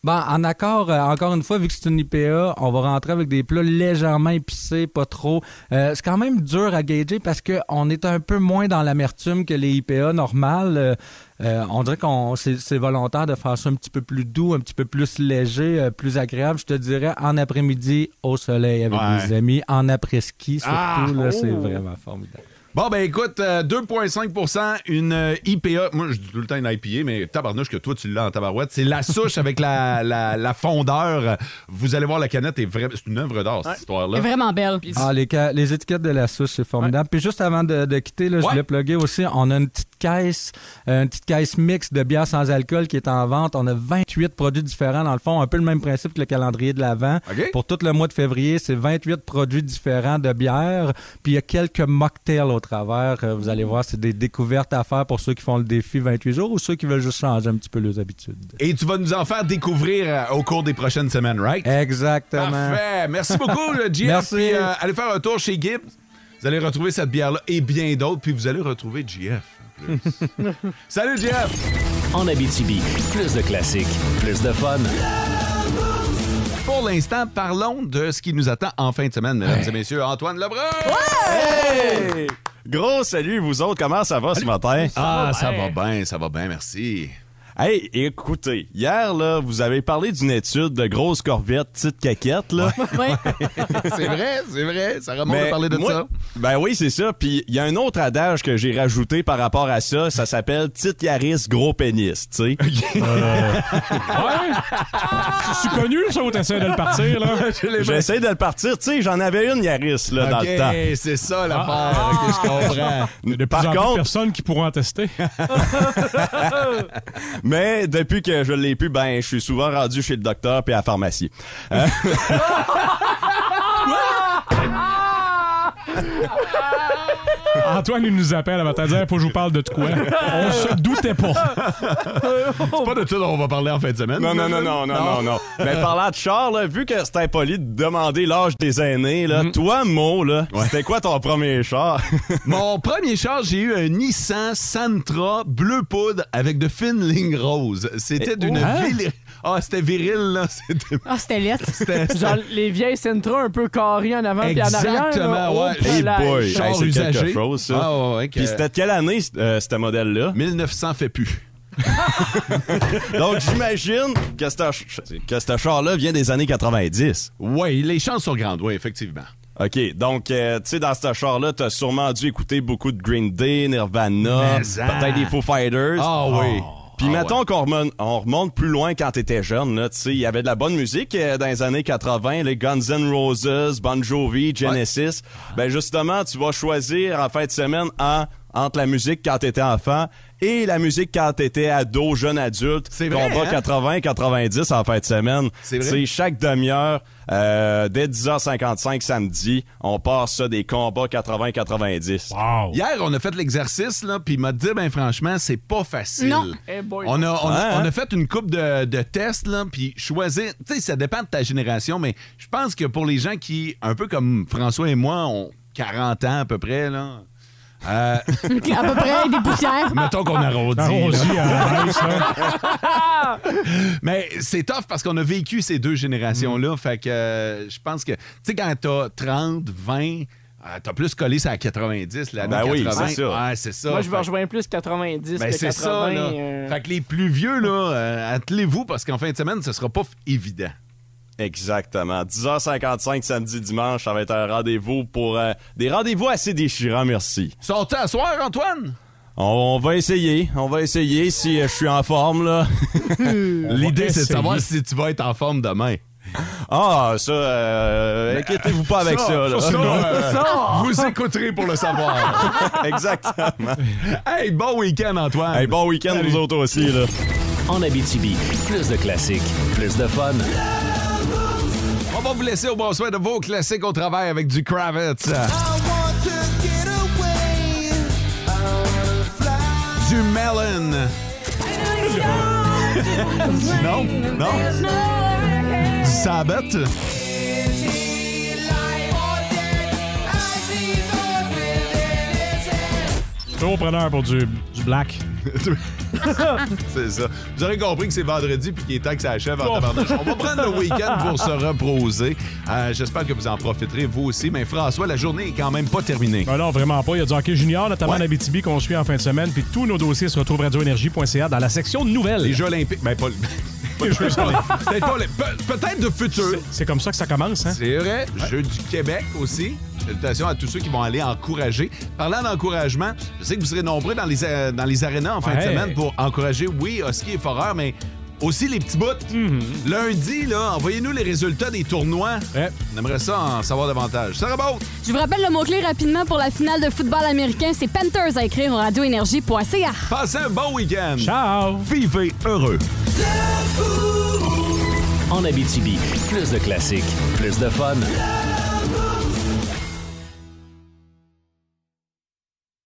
Bon, en accord, euh, encore une fois, vu que c'est une IPA, on va rentrer avec des plats légèrement épicés, pas trop. Euh, c'est quand même dur à gager parce qu'on est un peu moins dans l'amertume que les IPA normales. Euh, euh, on dirait qu'on c'est, c'est volontaire de faire ça un petit peu plus doux, un petit peu plus léger, euh, plus agréable. Je te dirais en après-midi au soleil avec
Ouais.
des amis, en après-ski surtout.
Ah!
là, c'est
Oh!
vraiment formidable.
Bon, ben écoute, euh, 2,5 une euh, IPA. Moi, je dis tout le temps une IPA, mais tabarnouche que toi, tu l'as en tabarouette. C'est la souche avec la, la, la fondeur. Vous allez voir, la canette est vraiment. C'est une œuvre d'art, cette histoire-là.
C'est vraiment belle.
Ah, les, ca- les étiquettes de la souche, c'est formidable. Puis juste avant de, de quitter, là, je voulais plugger aussi, on a une petite caisse, euh, une petite caisse mixte de bière sans alcool qui est en vente. On a 28 produits différents, dans le fond, un peu le même principe que le calendrier de l'Avent. Pour tout le mois de février, c'est 28 produits différents de bière. Puis il y a quelques mocktails au travers. Euh, vous allez voir, c'est des découvertes à faire pour ceux qui font le défi 28 jours ou ceux qui veulent juste changer un petit peu leurs habitudes.
Et tu vas nous en faire découvrir euh, au cours des prochaines semaines, right?
Exactement.
Parfait. Merci beaucoup, le GM.
Merci.
Puis, euh, allez faire un tour chez Gibbs. Vous allez retrouver cette bière-là et bien d'autres. Puis vous allez retrouver GF. en plus. Salut, GF!
En Abitibi, plus de classiques, plus de fun.
Pour l'instant, parlons de ce qui nous attend en fin de semaine, mesdames et messieurs. Antoine Lebrun!
Hey! Gros salut, vous autres, comment ça va ce matin?
Ah, ça va bien, ça va bien, merci.
Hey, écoutez, hier, là, vous avez parlé d'une étude de grosse corvette, petite caquette, là.
c'est vrai, c'est vrai. Ça remonte
Mais
à parler de
moi-
ça.
Ben oui, c'est ça. Puis il y a un autre adage que j'ai rajouté par rapport à ça. Ça s'appelle Tite Yaris, gros pénis, tu sais.
Je suis connu, ça, où t'essaies de le partir, là.
J'essaie de le partir. Tu sais, j'en avais une Yaris, là, dans le
Ok,
temps.
c'est ça
l'affaire.
je comprends.
Ah. Il y a de plus
Par
en plus
contre-
personne qui pourra en tester.
Mais depuis que je l'ai pu, ben, je suis souvent rendu chez le docteur puis à la pharmacie. Euh,
Antoine, il nous appelle, elle va te dire, faut que je vous parle de quoi. On se doutait pas.
C'est pas de ça dont on va parler en fin de semaine.
Non, non, non, non, non, non, non. Mais parlant de char, là, vu que c'était impoli de demander l'âge des aînés,
Mm.
là, toi, Mo, là, c'était quoi ton premier char?
Mon premier char, j'ai eu un Nissan Sentra bleu poudre avec de fines lignes roses.
Eh,
C'était d'une
oh, hein?
ville. Ah, c'était viril, là. C'était
Ah, c'était lettre.
Genre les vieilles Sentra un peu carrées en avant et en arrière. là.
Exactement, ouais.
Oh,
Hey
là,
boy,
char
hey, c'est quelque
usagé.
chose, ça.
Ah, ouais, ouais, que-
Puis c'était de quelle année, euh, ce modèle-là?
1900 fait plus.
Donc, j'imagine que ce que ce char-là vient des années 90.
Oui, les chances sont grandes, oui, effectivement.
OK, donc, euh, tu sais, dans ce char-là, t'as sûrement dû écouter beaucoup de Green Day, Nirvana,
Mais ça.
peut-être des Foo Fighters.
Ah oui.
Puis mettons qu'on remonte, on remonte plus loin quand t'étais jeune, là, tu sais, il y avait de la bonne musique euh, dans les années 80, les Guns N' Roses, Bon Jovi, Genesis. Ben justement, tu vas choisir en fin de semaine en- entre la musique quand t'étais enfant et la musique quand t'étais ado, jeune adulte. C'est
vrai,
Combat
hein?
80-90 en fin de semaine.
C'est vrai.
C'est chaque demi-heure, euh, dès 10h55 samedi, on part ça des combats 80-90.
Hier, on a fait l'exercice, là, puis il m'a dit, ben franchement, c'est pas facile.
Non. Eh boy.
On a, on, a-
Ouais, hein?
on a fait une coupe de, de tests, là, puis choisir. Tu sais, ça dépend de ta génération, mais je pense que pour les gens qui, un peu comme François et moi, ont 40 ans à peu près, là. euh,
À peu près des poussières.
Mettons qu'on arrondit.
Arrondit
là.
hein,
à la baisse,
Mais c'est tough parce qu'on a vécu ces deux
Mm.
générations-là. Fait que euh, je pense que, tu sais, quand t'as 30, 20, euh, t'as plus collé ça à 90, là,
Ben
dans
oui,
80.
c'est ça.
Ouais, c'est ça.
Moi, je vais
Fait-
rejoindre plus 90
ben,
que
c'est
80.
ça, là.
euh,
Fait que les plus vieux, là, euh, attelez-vous parce qu'en fin de semaine, ce sera pas f- évident.
Exactement. 10h55 samedi dimanche, ça va être un rendez-vous pour euh, des rendez-vous assez déchirants, merci.
Sont-ils à soir, Antoine?
On, on va essayer, on va essayer si euh, je suis en forme là. Hum.
L'idée, c'est de savoir si tu vas être en forme demain.
Ah, ça, euh, inquiétez-vous pas avec ça. là.
ça, euh, vous écouterez pour le savoir.
Exactement.
Hey, bon week-end, Antoine.
Hey, bon week-end, vous autres aussi, là.
En Abitibi, plus de classiques, plus de fun.
On va vous laisser au bon soin de vos classiques au travail avec du Kravitz. Du Melon. non, non. Du Sabbath.
Toujours preneur pour du, du black.
c'est ça. Vous aurez compris que c'est vendredi puis qu'il est temps que ça achève en tabarnouche. On va prendre le week-end pour se reposer. Euh, J'espère que vous en profiterez vous aussi. Mais François, la journée est quand même pas terminée.
Ben non, vraiment pas. Il y a du hockey junior, notamment
Ouais.
en Abitibi, qu'on suit en fin de semaine. Puis tous nos dossiers se retrouvent radioénergie.ca dans la section nouvelles.
Les Jeux olympiques. Ben, pas le... Peut-être pas le- peut- peut-être de futur.
C'est comme ça que ça commence, hein?
C'est vrai. Jeux du Québec aussi. Salutations à tous ceux qui vont aller encourager. Parlant d'encouragement, je sais que vous serez nombreux dans les, a- dans les arénas en fin
Ouais.
de semaine pour encourager, oui, Husky et Foreur, mais aussi les petits bouts.
Mm-hmm.
Lundi, là, envoyez-nous les résultats des tournois. On aimerait ça en savoir davantage. Ça remonte!
Je vous rappelle le mot-clé rapidement pour la finale de football américain. C'est Panthers à écrire au radioénergie.ca.
Passez un bon week-end!
Ciao!
Vivez heureux!
En Abitibi, plus de classiques, plus de fun.